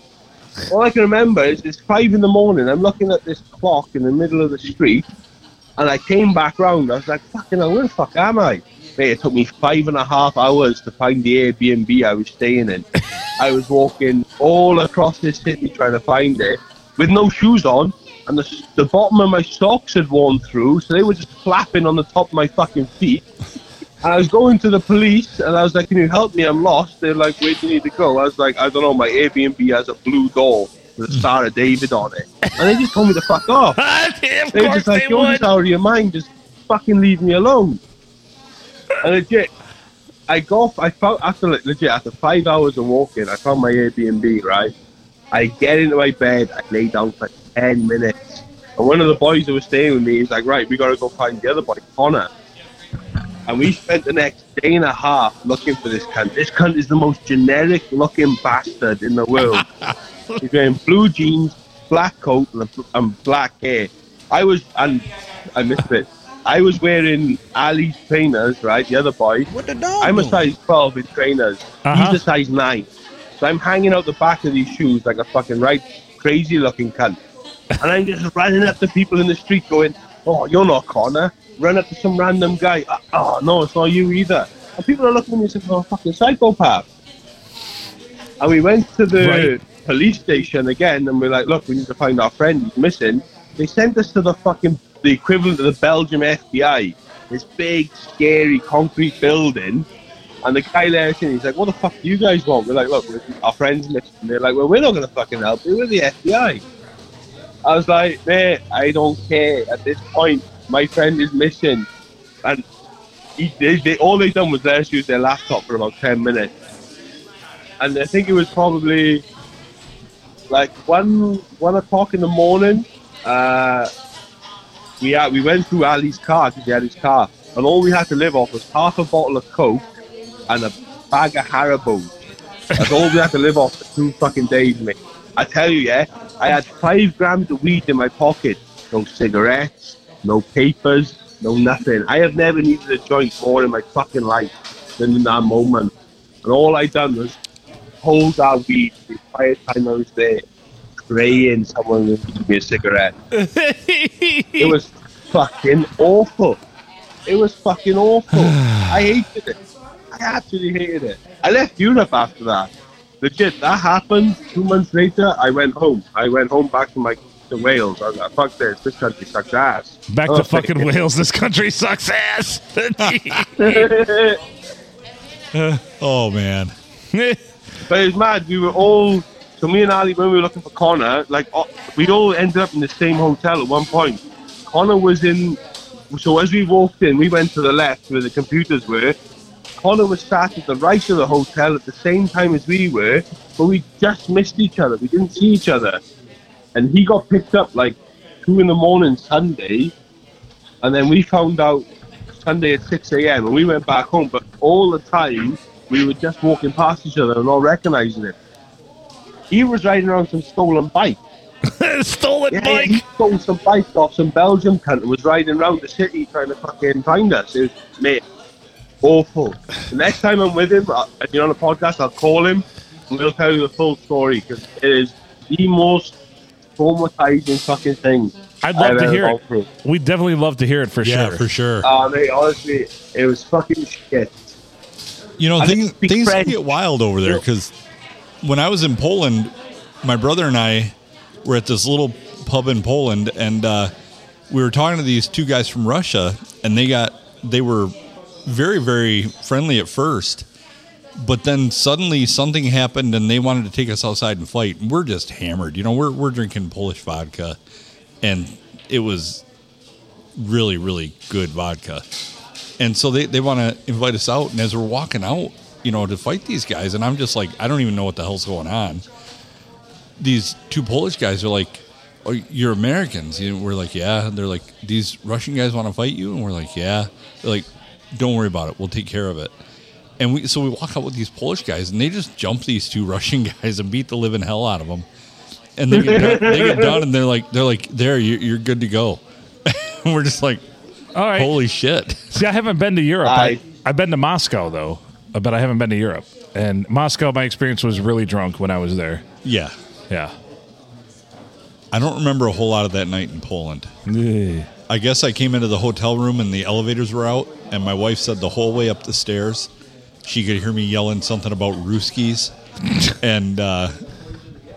[SPEAKER 4] All I can remember is it's five in the morning. I'm looking at this clock in the middle of the street, and I came back round. I was like, "Fucking, hell, where the fuck am I?" Mate, it took me five and a half hours to find the Airbnb I was staying in. I was walking all across this city trying to find it with no shoes on, and the, the bottom of my socks had worn through, so they were just flapping on the top of my fucking feet. And I was going to the police, and I was like, "Can you help me? I'm lost." They're like, "Where do you need to go?" I was like, "I don't know. My Airbnb has a blue door with a Star of David on it," and they just told me to fuck off.
[SPEAKER 2] of
[SPEAKER 4] They were just like, "You're just out of your mind. Just fucking leave me alone." And legit, I got, I found after like, legit after five hours of walking, I found my Airbnb. Right, I get into my bed, I lay down for ten minutes, and one of the boys who was staying with me is like, "Right, we gotta go find the other boy, Connor." And we spent the next day and a half looking for this cunt. This cunt is the most generic looking bastard in the world. He's wearing blue jeans, black coat, and, a- and black hair. I was, and I missed it. I was wearing Ali's trainers, right? The other boy.
[SPEAKER 6] What the dog?
[SPEAKER 4] I'm a
[SPEAKER 6] doing?
[SPEAKER 4] size 12 in trainers.
[SPEAKER 2] Uh-huh.
[SPEAKER 4] He's a size 9. So I'm hanging out the back of these shoes like a fucking right crazy looking cunt. And I'm just running up to people in the street going, oh, you're not Connor. Run up to some random guy. "Uh, Oh, no, it's not you either. And people are looking at me as if I'm a fucking psychopath. And we went to the
[SPEAKER 2] Right.
[SPEAKER 4] police station again and we're like, look, we need to find our friend. He's missing. They sent us to the fucking the equivalent of the Belgium FBI. This big, scary concrete building. And the guy there, he's like, "What the fuck do you guys want?" We're like, "Look, we're, our friends missing." They're like, "Well, we're not gonna fucking help you. We're the FBI." I was like, "Mate, I don't care at this point. My friend is missing, and he, they, they, all they done was they just used their laptop for about ten minutes, and I think it was probably like one one o'clock in the morning. Uh, we had, we went through Ali's car because he had his car, and all we had to live off was half a bottle of coke and a bag of Haribo. That's all we had to live off for two fucking days, mate. I tell you, yeah, I had five grams of weed in my pocket. No cigarettes, no papers, no nothing. I have never needed a joint more in my fucking life than in that moment. And all I done was hold that weed the entire time I was there, praying someone would give me a cigarette. it was fucking awful. It was fucking awful. I hated it. I absolutely hated it. I left Europe after that. Legit, that happened. Two months later, I went home. I went home back to my to Wales. I was like, fuck this. This country sucks ass.
[SPEAKER 2] Back
[SPEAKER 4] Oh,
[SPEAKER 2] to fucking
[SPEAKER 4] thank you.
[SPEAKER 2] Wales. This country sucks ass.
[SPEAKER 1] Oh man.
[SPEAKER 4] But it was mad. We were all so me and Ali when we were looking for Connor, like uh, we all ended up in the same hotel at one point. Connor was in. So as we walked in, we went to the left where the computers were. Connor was sat at the right of the hotel at the same time as we were, but we just missed each other. We didn't see each other, and he got picked up like two in the morning Sunday, and then we found out Sunday at six a.m. and we went back home. But all the time we were just walking past each other and not recognizing it. He was riding around some stolen bike.
[SPEAKER 2] Stolen
[SPEAKER 4] Yeah,
[SPEAKER 2] bike.
[SPEAKER 4] he stole some bike off some Belgium cunt and was riding around the city trying to fucking find us. It was, mate, awful. The next time I'm with him, I, if you're on a podcast, I'll call him and we'll tell you the full story because it is the most traumatizing fucking thing.
[SPEAKER 2] I'd love
[SPEAKER 4] I've
[SPEAKER 2] to
[SPEAKER 4] ever
[SPEAKER 2] hear
[SPEAKER 4] gone
[SPEAKER 2] it.
[SPEAKER 4] through.
[SPEAKER 2] We'd definitely love to hear it for
[SPEAKER 1] Yeah,
[SPEAKER 2] sure.
[SPEAKER 1] for sure.
[SPEAKER 4] Uh, mate, honestly, it was fucking shit.
[SPEAKER 1] You know,
[SPEAKER 4] I
[SPEAKER 1] things,
[SPEAKER 4] didn't speak
[SPEAKER 1] things can
[SPEAKER 4] French.
[SPEAKER 1] get wild over there because when I was in Poland, my brother and I were at this little pub in Poland, and uh, we were talking to these two guys from Russia, and they got they were very very friendly at first, but then suddenly something happened, and they wanted to take us outside and fight. And we're just hammered, you know. We're we're drinking Polish vodka, and it was really really good vodka and so they, they want to invite us out and as we're walking out you know to fight these guys and i'm just like i don't even know what the hell's going on these two polish guys are like oh, you're americans you know, we're like yeah and they're like these russian guys want to fight you and we're like yeah they're like don't worry about it we'll take care of it and we so we walk out with these polish guys and they just jump these two russian guys and beat the living hell out of them and they get done, they get done and they're like they're like there you, you're good to go and we're just like
[SPEAKER 2] All right.
[SPEAKER 1] holy shit
[SPEAKER 2] See, I haven't been to Europe. I,
[SPEAKER 4] I-
[SPEAKER 2] I've been to Moscow though, but I haven't been to Europe. And Moscow, my experience was really drunk when I was there.
[SPEAKER 1] yeah
[SPEAKER 2] Yeah.
[SPEAKER 1] I don't remember a whole lot of that night in Poland. I guess I came into the hotel room and the elevators were out, and my wife said the whole way up the stairs, she could hear me yelling something about Ruskies and, uh,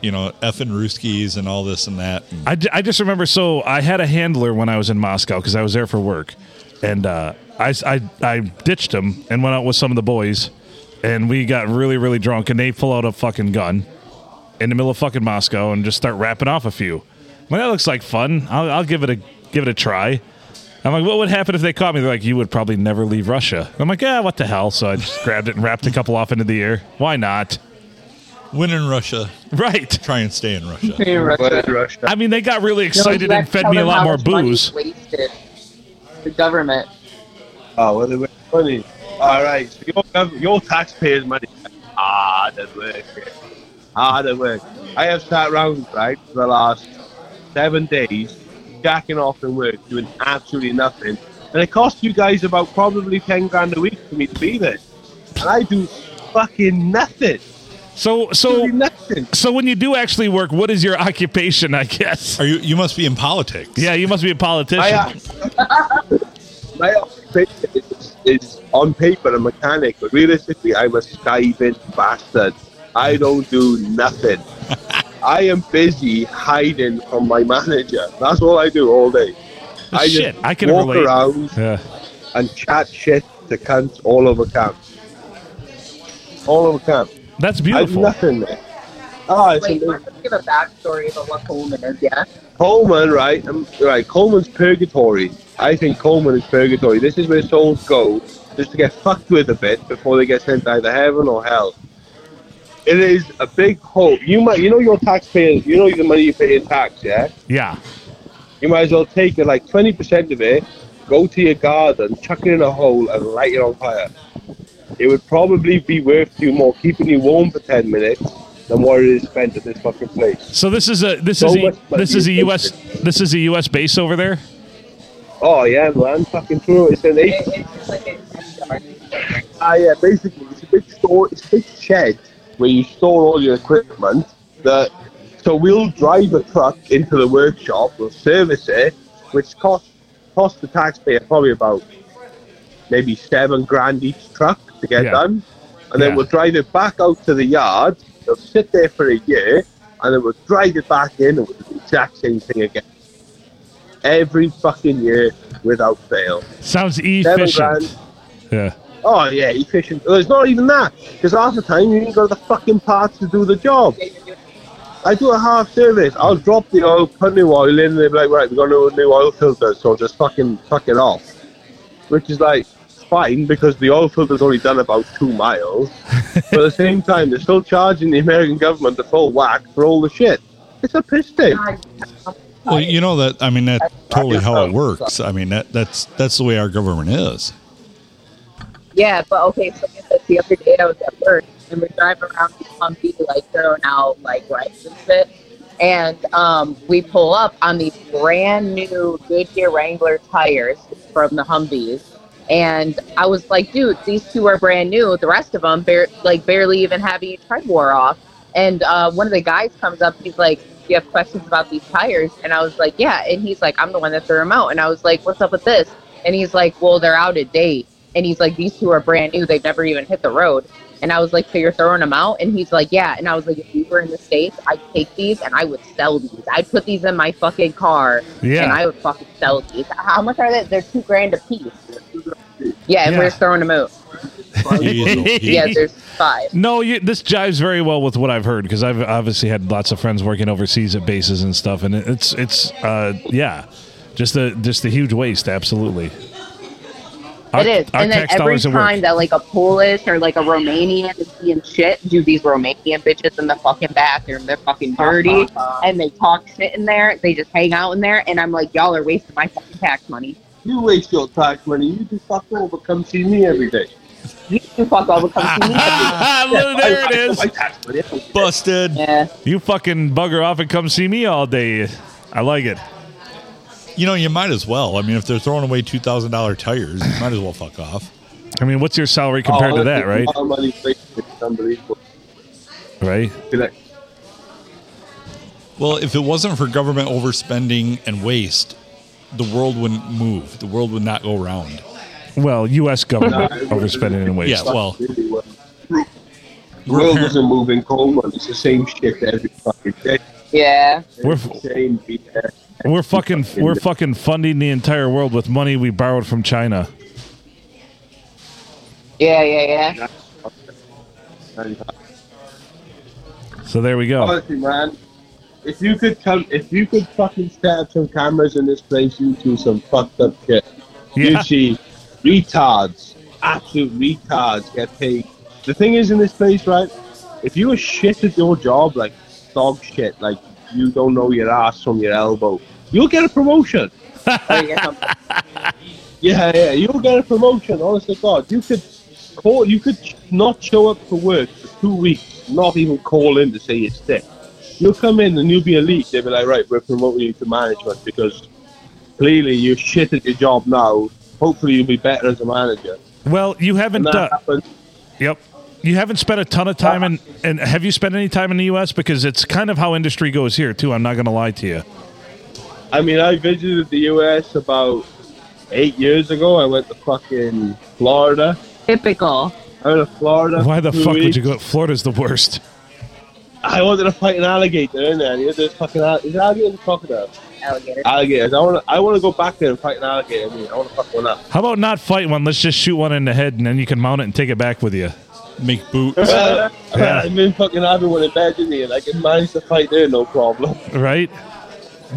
[SPEAKER 1] you know, effing Ruskies and all this and that. And
[SPEAKER 2] I, ju- I just remember so I had a handler when I was in Moscow because I was there for work, and uh, I, s- I- I ditched him and went out with some of the boys, and we got really really drunk and they pull out a fucking gun, in the middle of fucking Moscow and just start rapping off a few. Well, that looks like fun. I'll, I'll give it a give it a try. I'm like, what would happen if they caught me? They're like, you would probably never leave Russia. I'm like, yeah, what the hell? So I just grabbed it and wrapped a couple off into the air. Why not?
[SPEAKER 1] when in Russia,
[SPEAKER 2] Right.
[SPEAKER 1] try and stay in Russia.
[SPEAKER 3] Hey, Russia.
[SPEAKER 4] But Russia.
[SPEAKER 2] I mean, they got really
[SPEAKER 3] No,
[SPEAKER 2] excited
[SPEAKER 3] you
[SPEAKER 2] and
[SPEAKER 3] have to
[SPEAKER 2] fed
[SPEAKER 3] tell
[SPEAKER 2] me a
[SPEAKER 3] them
[SPEAKER 2] lot
[SPEAKER 3] how
[SPEAKER 2] more
[SPEAKER 3] much money
[SPEAKER 2] booze.
[SPEAKER 3] you wasted. The government.
[SPEAKER 4] Oh, well, they were funny. All right, so your, gov- your taxpayers' money Ah, hard at work. yeah. Hard at work. Ah, I have sat round, right, for the last seven days, jacking off in work, doing absolutely nothing. And it cost you guys about probably 10 grand a week for me to be there. And I do fucking nothing.
[SPEAKER 2] So so
[SPEAKER 4] Absolutely nothing.
[SPEAKER 2] so when you do actually work, what is your occupation? I guess.
[SPEAKER 1] Are you? You must be in politics.
[SPEAKER 2] Yeah, you must be a politician.
[SPEAKER 4] My, uh, my occupation is, is on paper a mechanic, but realistically, I'm a skiving bastard. I don't do nothing. I am busy hiding from my manager. That's all I do all day. I
[SPEAKER 2] Shit,
[SPEAKER 4] just
[SPEAKER 2] I can
[SPEAKER 4] walk
[SPEAKER 2] relate.
[SPEAKER 4] around
[SPEAKER 2] Yeah.
[SPEAKER 4] and chat shit to cunts all over camp. All over camp.
[SPEAKER 2] That's
[SPEAKER 4] I do
[SPEAKER 2] beautiful.
[SPEAKER 4] nothing there. Ah, it's
[SPEAKER 3] Wait,
[SPEAKER 4] amazing.
[SPEAKER 3] let's give a backstory about what Coleman is, yeah?
[SPEAKER 4] Coleman, right? Um, right. Coleman's purgatory. I think Coleman is purgatory. This is where souls go just to get fucked with a bit before they get sent to either heaven or hell. It is a big hole. You might, you know, your taxpayers. You know the money you pay in tax, yeah.
[SPEAKER 2] Yeah.
[SPEAKER 4] You might as well take it like twenty percent of it, go to your garden, chuck it in a hole, and light it on fire. It would probably be worth you more keeping you warm for ten minutes than what it is spent at this fucking place.
[SPEAKER 2] So this is a this
[SPEAKER 4] So
[SPEAKER 2] is a,
[SPEAKER 4] much money
[SPEAKER 2] this is a
[SPEAKER 4] is
[SPEAKER 2] U.S. this is a U.S. base over there.
[SPEAKER 4] Oh yeah, man, fucking true. It's an eight.
[SPEAKER 3] it's just like a
[SPEAKER 4] Ah, yeah, basically, it's a big store, it's a big shed where you store all your equipment. That so we'll drive a truck into the workshop, we'll service it, which costs costs the taxpayer probably about maybe seven grand each truck to get
[SPEAKER 2] Yeah.
[SPEAKER 4] done, and then
[SPEAKER 2] Yeah.
[SPEAKER 4] we'll drive it back out to the yard. They'll sit there for a year, and then we'll drive it back in, and we'll do the exact same thing again. Every fucking year, without fail.
[SPEAKER 2] Sounds
[SPEAKER 4] Seven
[SPEAKER 2] efficient.
[SPEAKER 4] grand,
[SPEAKER 2] Yeah.
[SPEAKER 4] Oh yeah, efficient. Well, it's not even that because half the time you ain't got the fucking parts to do the job. I do a half service. I'll drop the oil, put new oil in, and they're like, right, we got no new oil filter, so just fucking fuck it off. Which is like fine because the oil filter's only done about two miles. but at the same time, they're still charging the American government the full whack for all the shit. It's a piss take.
[SPEAKER 5] Well, you know that. I mean, that's totally how it works. I mean, that that's that's the way our government is.
[SPEAKER 3] Yeah, but okay, so it's like the other day I was at work and we're driving around the Humvee, like throwing out like rice and shit. And um, we pull up on these brand new Goodyear Wrangler tires from the Humvees. And I was like, dude, these two are brand new. The rest of them, bar- like, barely even have any tread wore off. And uh, one of the guys comes up, he's like, Do you have questions about these tires? And I was like, Yeah. And he's like, I'm the one that threw them out. And I was like, What's up with this? And he's like, Well, they're out of date. And he's like, These two are brand new. They've never even hit the road. And I was like, So you're throwing them out? And he's like, Yeah. And I was like, If we were in the States, I'd take these and I would sell these. I'd put these in my fucking car
[SPEAKER 2] Yeah.
[SPEAKER 3] and I would fucking sell these. How much are they? They're two grand a piece. Yeah, and
[SPEAKER 2] Yeah.
[SPEAKER 3] we're just throwing them out. Yeah, there's five.
[SPEAKER 2] No, you, this jives very well with what I've heard because I've obviously had lots of friends working overseas at bases and stuff, and it's it's uh, yeah, just the just the huge waste. Absolutely,
[SPEAKER 3] It is. And then every time that like a Polish or like a Romanian is being shit, do these Romanian bitches in the fucking bathroom. They're fucking dirty and they talk shit in there. They just hang out in there and I'm like, Y'all are wasting my fucking tax money.
[SPEAKER 4] You waste your tax money. You do fuck all, but come see me every day.
[SPEAKER 3] You two fuck all become to me.
[SPEAKER 2] Ah, there it
[SPEAKER 4] I- I-
[SPEAKER 2] is.
[SPEAKER 4] my tax money, I don't give a
[SPEAKER 5] Busted.
[SPEAKER 3] Yeah.
[SPEAKER 2] You fucking bugger off and come see me all day. I like it.
[SPEAKER 5] You know, you might as well. I mean, if they're throwing away two thousand dollar tires, you might as well fuck off.
[SPEAKER 2] I mean, what's your salary compared
[SPEAKER 4] Oh,
[SPEAKER 2] to that, right?
[SPEAKER 4] It's unbelievable.
[SPEAKER 2] Right?
[SPEAKER 4] Be like,
[SPEAKER 5] Well, if it wasn't for government overspending and waste, the world wouldn't move. The world would not go round.
[SPEAKER 2] Well, U.S. government overspending and waste.
[SPEAKER 5] Yeah, well,
[SPEAKER 4] really well. The
[SPEAKER 5] we're
[SPEAKER 4] world
[SPEAKER 5] apparent-
[SPEAKER 4] isn't moving coleman. It's the same shit every fucking day.
[SPEAKER 3] Yeah.
[SPEAKER 2] We're
[SPEAKER 4] It's the same BS.
[SPEAKER 2] we're fucking we're fucking funding the entire world with money we borrowed from China.
[SPEAKER 3] Yeah, yeah, yeah.
[SPEAKER 2] So there we go.
[SPEAKER 4] Honestly, man, if you could come, if you could fucking set up some cameras in this place, you'd do some fucked up shit.
[SPEAKER 2] Yeah.
[SPEAKER 4] You'd see retards, absolute retards get paid. The thing is, in this place, right? If you were shit at your job, like dog shit, like you don't know your ass from your elbow, you'll get a promotion.
[SPEAKER 3] There you go.
[SPEAKER 4] Yeah, yeah, you'll get a promotion. Honest to God, you could call, you could not show up for work for two weeks, not even call in to say you're sick. You'll come in and you'll be elite. They'll be like, right, we're promoting you to management because clearly you shit at your job now. Hopefully you'll be better as a manager.
[SPEAKER 2] Well, you haven't.
[SPEAKER 4] And that
[SPEAKER 2] Uh,
[SPEAKER 4] happened.
[SPEAKER 2] Yep. You haven't spent a ton of time in, and have you spent any time in the U.S. because it's kind of how industry goes here too. I'm not going to lie to you.
[SPEAKER 4] I mean, I visited the US about eight years ago. I went to fucking Florida.
[SPEAKER 3] Typical.
[SPEAKER 4] I went to Florida.
[SPEAKER 2] Why the
[SPEAKER 4] for two
[SPEAKER 2] fuck
[SPEAKER 4] weeks.
[SPEAKER 2] would you go? Florida's the worst.
[SPEAKER 4] I wanted to fight an alligator, innit? And you had this fucking al- is it alligator or crocodile? Uh,
[SPEAKER 3] alligator.
[SPEAKER 4] Alligators. I want to. I want to go back there and fight an alligator. I mean, I want to fuck one up.
[SPEAKER 2] How about not fight one? Let's just shoot one in the head, and then you can mount it and take it back with you.
[SPEAKER 5] Make boots.
[SPEAKER 4] I've been fucking having one in bed, didn't he? And I can manage to fight there, no problem.
[SPEAKER 2] Right?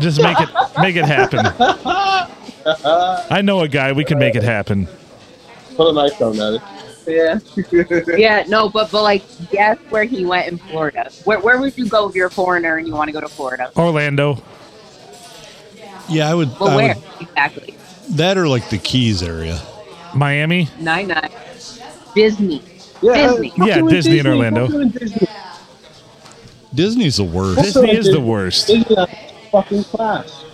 [SPEAKER 2] Just make it make it happen. I know a guy. We can make it happen.
[SPEAKER 4] Put a knife down there.
[SPEAKER 3] Yeah. yeah, no, but but like guess where he went in Florida. Where where would you go if you're a foreigner and you want to go to Florida?
[SPEAKER 2] Orlando.
[SPEAKER 1] Yeah, I would.
[SPEAKER 3] But
[SPEAKER 1] I
[SPEAKER 3] where
[SPEAKER 1] would-
[SPEAKER 3] exactly?
[SPEAKER 1] that or like the Keys area.
[SPEAKER 2] Miami.
[SPEAKER 3] Nine nine. Disney.
[SPEAKER 4] Yeah,
[SPEAKER 3] Disney.
[SPEAKER 4] fucking
[SPEAKER 2] Yeah,
[SPEAKER 4] with
[SPEAKER 2] Disney in Orlando.
[SPEAKER 4] fucking with Disney.
[SPEAKER 1] Disney's the worst.
[SPEAKER 2] Disney is the worst.
[SPEAKER 4] Disneyland is fucking class.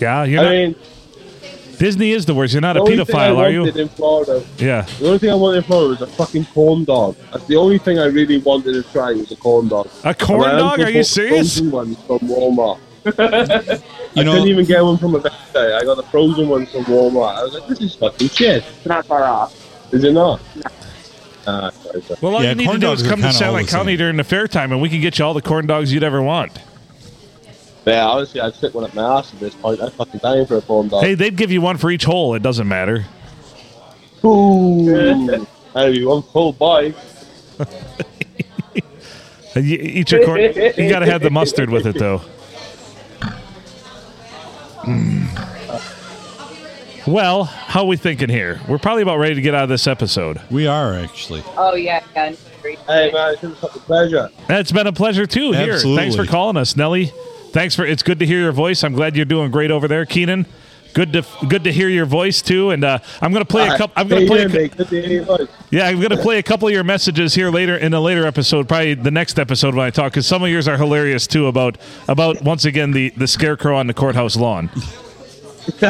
[SPEAKER 2] Yeah,
[SPEAKER 4] I
[SPEAKER 2] you're not,
[SPEAKER 4] mean,
[SPEAKER 2] Disney is the worst. You're not
[SPEAKER 4] the
[SPEAKER 2] a
[SPEAKER 4] only thing I
[SPEAKER 2] pedophile, are you?
[SPEAKER 4] wanted in Florida,
[SPEAKER 2] Yeah.
[SPEAKER 4] the only thing I wanted in Florida was a fucking corn dog. That's the only thing I really wanted to try was a corn dog.
[SPEAKER 2] A corn
[SPEAKER 4] And my
[SPEAKER 2] dog?
[SPEAKER 4] uncle
[SPEAKER 2] Are you
[SPEAKER 4] bought
[SPEAKER 2] serious?
[SPEAKER 4] Frozen ones from Walmart.
[SPEAKER 1] You
[SPEAKER 4] I
[SPEAKER 1] know,
[SPEAKER 4] couldn't even get one from a vet today. I got the frozen ones from Walmart. I was like, this is fucking shit.
[SPEAKER 3] It's not far off.
[SPEAKER 4] Is it not? Ah, sorry, sorry.
[SPEAKER 2] Well, all
[SPEAKER 1] Yeah,
[SPEAKER 2] you need to
[SPEAKER 1] corn
[SPEAKER 2] do
[SPEAKER 1] dogs
[SPEAKER 2] is
[SPEAKER 1] are
[SPEAKER 2] come to
[SPEAKER 1] kinda all
[SPEAKER 2] Silent
[SPEAKER 1] the same.
[SPEAKER 2] County during the fair time, and we can get you all the corn dogs you'd ever want.
[SPEAKER 4] Yeah, honestly, I'd stick one up my ass at this point. I'm fucking dying for a corn dog.
[SPEAKER 2] Hey, they'd give you one for each hole. It doesn't matter.
[SPEAKER 4] Ooh. That'd be one full boy.
[SPEAKER 2] Uh, You, eat your corn. you got to have the mustard with it, though. Mm. Well, how we thinking here? We're probably about ready to get out of this episode.
[SPEAKER 1] we are actually.
[SPEAKER 3] Oh yeah, yeah. no worries.
[SPEAKER 4] Hey, man, it's been a fucking pleasure.
[SPEAKER 2] It's been a pleasure too. Here, thanks for
[SPEAKER 1] Absolutely.
[SPEAKER 2] calling us, Nelly. Thanks for. It's good to hear your voice. I'm glad you're doing great over there, Keenan. Good to good to hear your voice too. And uh, I'm gonna play a couple. I'm gonna
[SPEAKER 4] Hey,
[SPEAKER 2] play.
[SPEAKER 4] yeah,
[SPEAKER 2] A, cou-
[SPEAKER 4] mate, good to hear your voice.
[SPEAKER 2] yeah, I'm gonna play a couple of your messages here later in a later episode, probably the next episode when I talk, because some of yours are hilarious too about about once again the the scarecrow on the courthouse lawn.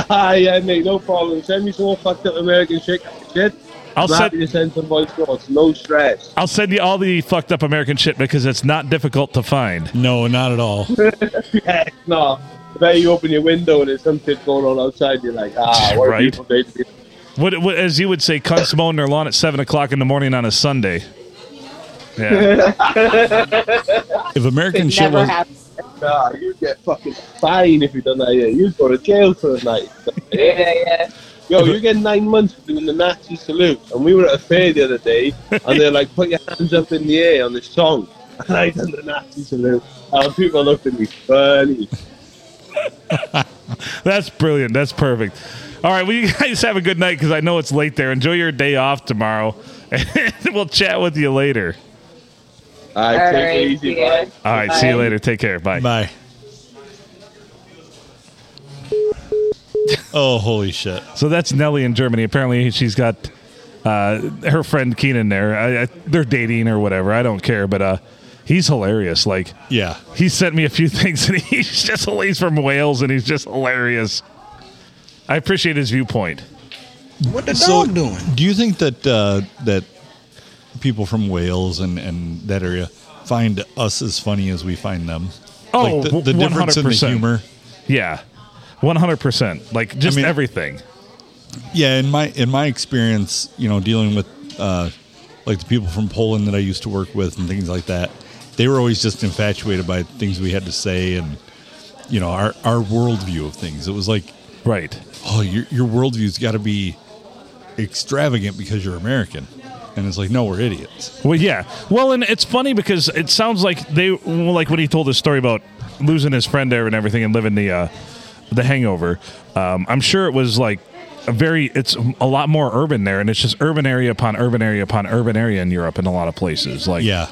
[SPEAKER 4] Ah, yeah, mate, no problem. Send me some more fucked up American shit. shit.
[SPEAKER 2] I'll
[SPEAKER 4] I'm
[SPEAKER 2] send-
[SPEAKER 4] happy to send some voice notes. No stress.
[SPEAKER 2] I'll send you all the fucked up American shit because it's not difficult to find.
[SPEAKER 5] No, not at all.
[SPEAKER 4] Heck no. The day you open your window and there's some shit going on outside, you're like, ah, what
[SPEAKER 2] Right.
[SPEAKER 4] a beautiful day to be.
[SPEAKER 2] What, what as you would say, cunts mowing their lawn at seven o'clock in the morning on a Sunday. Yeah.
[SPEAKER 5] If American shit
[SPEAKER 3] Never
[SPEAKER 5] was
[SPEAKER 3] happened.
[SPEAKER 4] Nah, you get fucking fined if you done that here. You'd go to jail for the night.
[SPEAKER 3] Yeah, yeah.
[SPEAKER 4] Yo, you get nine months for doing the Nazi salute. And we were at a fair the other day, and they're like, put your hands up in the air on this song. And I done the Nazi salute. And people looked at me funny.
[SPEAKER 2] That's brilliant. That's perfect. All right. Well, you guys have a good night because I know it's late there. Enjoy your day off tomorrow. And we'll chat with you later.
[SPEAKER 4] I
[SPEAKER 3] All
[SPEAKER 4] take
[SPEAKER 3] right,
[SPEAKER 4] it easy,
[SPEAKER 3] yeah.
[SPEAKER 4] man.
[SPEAKER 2] All right. See you
[SPEAKER 3] Bye.
[SPEAKER 2] later. Take care. Bye.
[SPEAKER 1] Bye. Oh, holy shit.
[SPEAKER 2] So that's Nelly in Germany. Apparently, she's got uh, her friend Keenan there. I, I, they're dating or whatever. I don't care. But uh, he's hilarious. Like,
[SPEAKER 1] Yeah.
[SPEAKER 2] he sent me a few things and he's just he's from Wales and he's just hilarious. I appreciate his viewpoint.
[SPEAKER 6] What the
[SPEAKER 1] So-
[SPEAKER 6] dog doing?
[SPEAKER 1] Do you think that uh, that people from Wales and, and that area find us as funny as we find them?
[SPEAKER 2] Oh,
[SPEAKER 1] like the, the difference in the
[SPEAKER 2] 100%.
[SPEAKER 1] humor.
[SPEAKER 2] Yeah. 100%. Like just
[SPEAKER 1] mean-
[SPEAKER 2] everything.
[SPEAKER 1] Yeah, in my in my experience, you know, dealing with uh, like the people from Poland that I used to work with and things like that, they were always just infatuated by things we had to say and you know our our worldview of things. It was like,
[SPEAKER 2] Right.
[SPEAKER 1] oh, your your worldview's got to be extravagant because you're American, and it's like, no, we're idiots.
[SPEAKER 2] Well, yeah. Well, and it's funny because it sounds like they well, like when he told his story about losing his friend there and everything and living the uh, the hangover. Um, I'm sure it was like a very it's a lot more urban there and it's just urban area upon urban area upon urban area in Europe in a lot of places. Like
[SPEAKER 1] Yeah,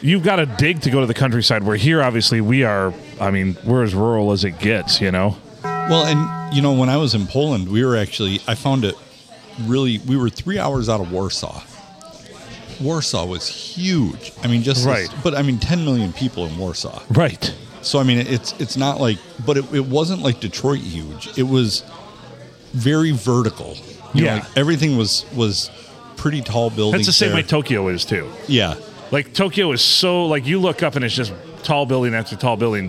[SPEAKER 2] you've got to dig to go to the countryside where here obviously we are i mean we're as rural as it gets you know
[SPEAKER 1] Well, and you know, when I was in Poland, we were actually, I found it really, we were three hours out of Warsaw. Warsaw was huge. I mean, just,
[SPEAKER 2] Right.
[SPEAKER 1] but I mean, 10 million people in Warsaw.
[SPEAKER 2] right
[SPEAKER 1] So, I mean, it's, it's not like, but it, it wasn't like Detroit huge. It was very vertical. You
[SPEAKER 2] Yeah.
[SPEAKER 1] Know, like everything was, was pretty tall buildings.
[SPEAKER 2] that's the same
[SPEAKER 1] there.
[SPEAKER 2] way tokyo is too
[SPEAKER 1] yeah.
[SPEAKER 2] like tokyo is so like you look up and it's just tall building after tall building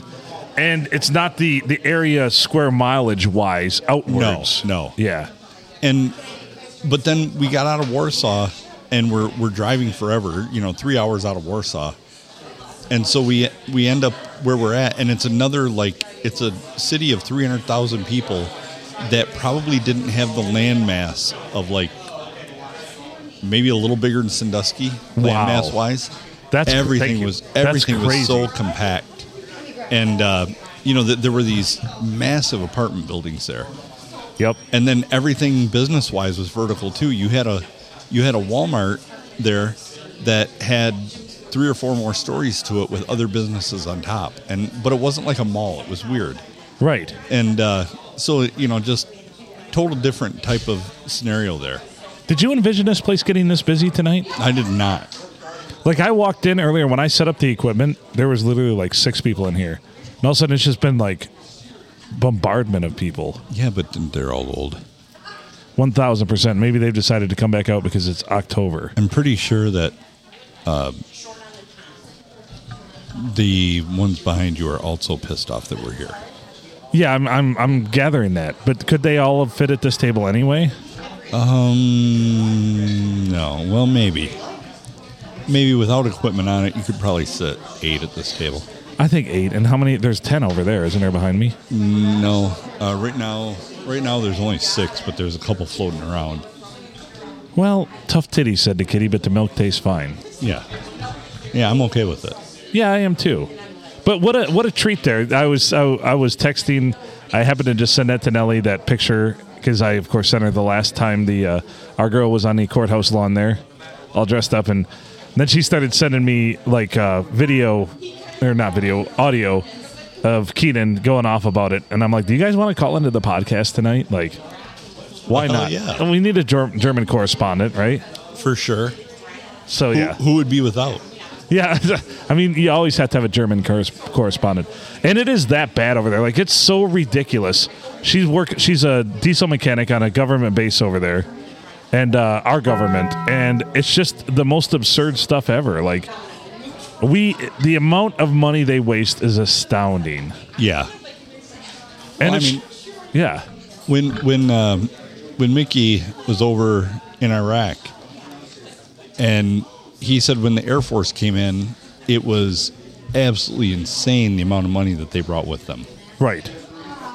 [SPEAKER 2] and it's not the the area square mileage wise outwards
[SPEAKER 1] no.
[SPEAKER 2] yeah
[SPEAKER 1] and but then we got out of Warsaw and we're we're driving forever, you know, three hours out of Warsaw. and so we we end up where we're at, and it's another like it's a city of three hundred thousand people that probably didn't have the landmass of like maybe a little bigger than Sandusky
[SPEAKER 2] Wow.
[SPEAKER 1] landmass wise.
[SPEAKER 2] That's cr- thank
[SPEAKER 1] everything
[SPEAKER 2] you.
[SPEAKER 1] was
[SPEAKER 2] That's
[SPEAKER 1] everything was so
[SPEAKER 2] crazy.
[SPEAKER 1] compact, and uh, you know th- there were these massive apartment buildings there
[SPEAKER 2] Yep.
[SPEAKER 1] and then everything business wise was vertical too. You had a you had a Walmart there that had three or four more stories to it with other businesses on top, and but it wasn't like a mall. It was weird,
[SPEAKER 2] Right.
[SPEAKER 1] and uh, so you know just total different type of scenario there.
[SPEAKER 2] Did you envision this place getting this busy tonight?
[SPEAKER 1] I did not.
[SPEAKER 2] Like I walked in earlier when I set up the equipment, there was literally like six people in here, and all of a sudden it's just been like bombardment of people.
[SPEAKER 1] Yeah, but then they're all old.
[SPEAKER 2] One thousand percent. Maybe they've decided to come back out because it's October.
[SPEAKER 1] I'm pretty sure that uh, the ones behind you are also pissed off that we're here.
[SPEAKER 2] Yeah, I'm I'm I'm gathering that. But could they all have fit at this table anyway?
[SPEAKER 1] Um, no. Well, maybe. Maybe without equipment on it, you could probably sit eight at this table.
[SPEAKER 2] I think eight. And how many? There's ten over there, isn't there behind me?
[SPEAKER 1] No, uh, right now, right now there's only six, but there's a couple floating around.
[SPEAKER 2] Well, tough titty said to Kitty, but the milk tastes fine.
[SPEAKER 1] Yeah, yeah, I'm okay with it.
[SPEAKER 2] Yeah, I am too. But what a what a treat there! I was I, I was texting. I happened to just send that to Nellie that picture because I of course sent her the last time the uh, our girl was on the courthouse lawn there, all dressed up, and then she started sending me like uh, video or not video audio of Keenan going off about it, and I'm like, do you guys want to call into the podcast tonight? Like, why
[SPEAKER 1] Well,
[SPEAKER 2] not?
[SPEAKER 1] Oh, yeah.
[SPEAKER 2] And we need a Ger- German correspondent, right?
[SPEAKER 1] For sure.
[SPEAKER 2] So
[SPEAKER 1] Who,
[SPEAKER 2] yeah,
[SPEAKER 1] who would be without?
[SPEAKER 2] yeah, I mean, you always have to have a German corres- correspondent, and it is that bad over there. Like it's so ridiculous. She's work. She's a diesel mechanic on a government base over there, and uh, our government, and it's just the most absurd stuff ever. Like we, the amount of money they waste is astounding.
[SPEAKER 1] Yeah.
[SPEAKER 2] And
[SPEAKER 1] Well, I
[SPEAKER 2] it's-
[SPEAKER 1] mean-
[SPEAKER 2] yeah,
[SPEAKER 1] When when um, when Mickey was over in Iraq, and he said when the Air Force came in, it was absolutely insane the amount of money that they brought with them.
[SPEAKER 2] right.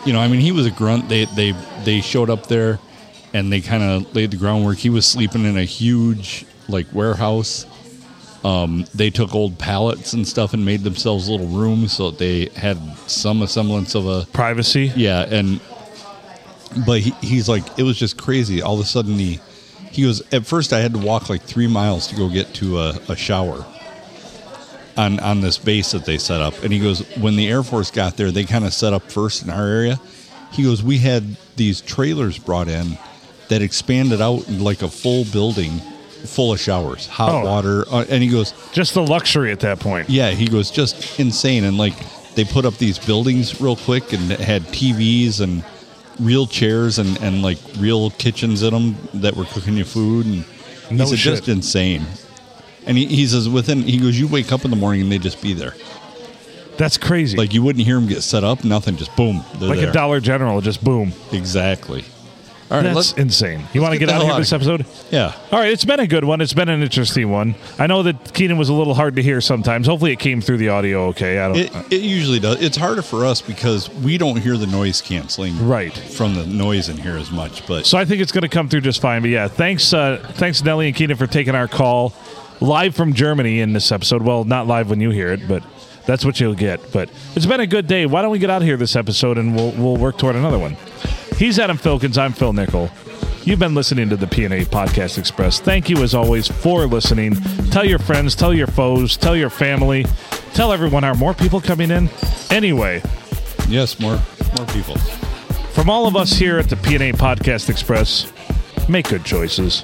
[SPEAKER 1] you know, I mean, he was a grunt. They they they showed up there, and they kind of laid the groundwork. He was sleeping in a huge like warehouse. Um, they took old pallets and stuff and made themselves little rooms so that they had some semblance of a
[SPEAKER 2] Privacy.
[SPEAKER 1] yeah. And but he, he's like, it was just crazy. All of a sudden, he he was at first. I had to walk like three miles to go get to a, a shower. On, on this base that they set up. And he goes, when the Air Force got there, they kind of set up first in our area. He goes, we had these trailers brought in that expanded out in like a full building full of showers, hot
[SPEAKER 2] Oh.
[SPEAKER 1] water. Uh, and he goes,
[SPEAKER 2] Just the luxury at that point.
[SPEAKER 1] yeah, he goes just insane, and like they put up these buildings real quick and had TVs and real chairs and and like real kitchens in them that were cooking you food and
[SPEAKER 2] No
[SPEAKER 1] he's
[SPEAKER 2] shit.
[SPEAKER 1] just insane. And he, he says within he goes you wake up in the morning and they just be there
[SPEAKER 2] That's crazy.
[SPEAKER 1] like you wouldn't hear him get set up nothing just boom they're
[SPEAKER 2] Like
[SPEAKER 1] there
[SPEAKER 2] a Dollar General, just boom.
[SPEAKER 1] exactly. All right,
[SPEAKER 2] That's
[SPEAKER 1] let's
[SPEAKER 2] insane. You want to
[SPEAKER 1] get
[SPEAKER 2] get,
[SPEAKER 1] the
[SPEAKER 2] out
[SPEAKER 1] hell
[SPEAKER 2] of here
[SPEAKER 1] outta
[SPEAKER 2] this
[SPEAKER 1] here.
[SPEAKER 2] episode?
[SPEAKER 1] yeah
[SPEAKER 2] All right, it's been a good one. It's been an interesting one. I know that Keenan was a little hard to hear sometimes. Hopefully, it came through the audio okay. I don't.
[SPEAKER 1] It, it usually does. It's harder for us because we don't hear the noise canceling
[SPEAKER 2] Right.
[SPEAKER 1] from the noise in here as much. But
[SPEAKER 2] so I think it's going to come through just fine. But yeah, thanks, uh, thanks Nelly and Keenan for taking our call live from Germany in this episode. Well, not live when you hear it, but that's what you'll get. But it's been a good day. Why don't we get out of here this episode and we'll we'll work toward another one. He's Adam Filkins. I'm Phil Nickel. You've been listening to the PNA Podcast Express. Thank you, as always, for listening. Tell your friends, tell your foes, tell your family, tell everyone. Are more people coming in? Anyway,
[SPEAKER 1] yes, more more people.
[SPEAKER 2] from all of us here at the PNA Podcast Express, make good choices.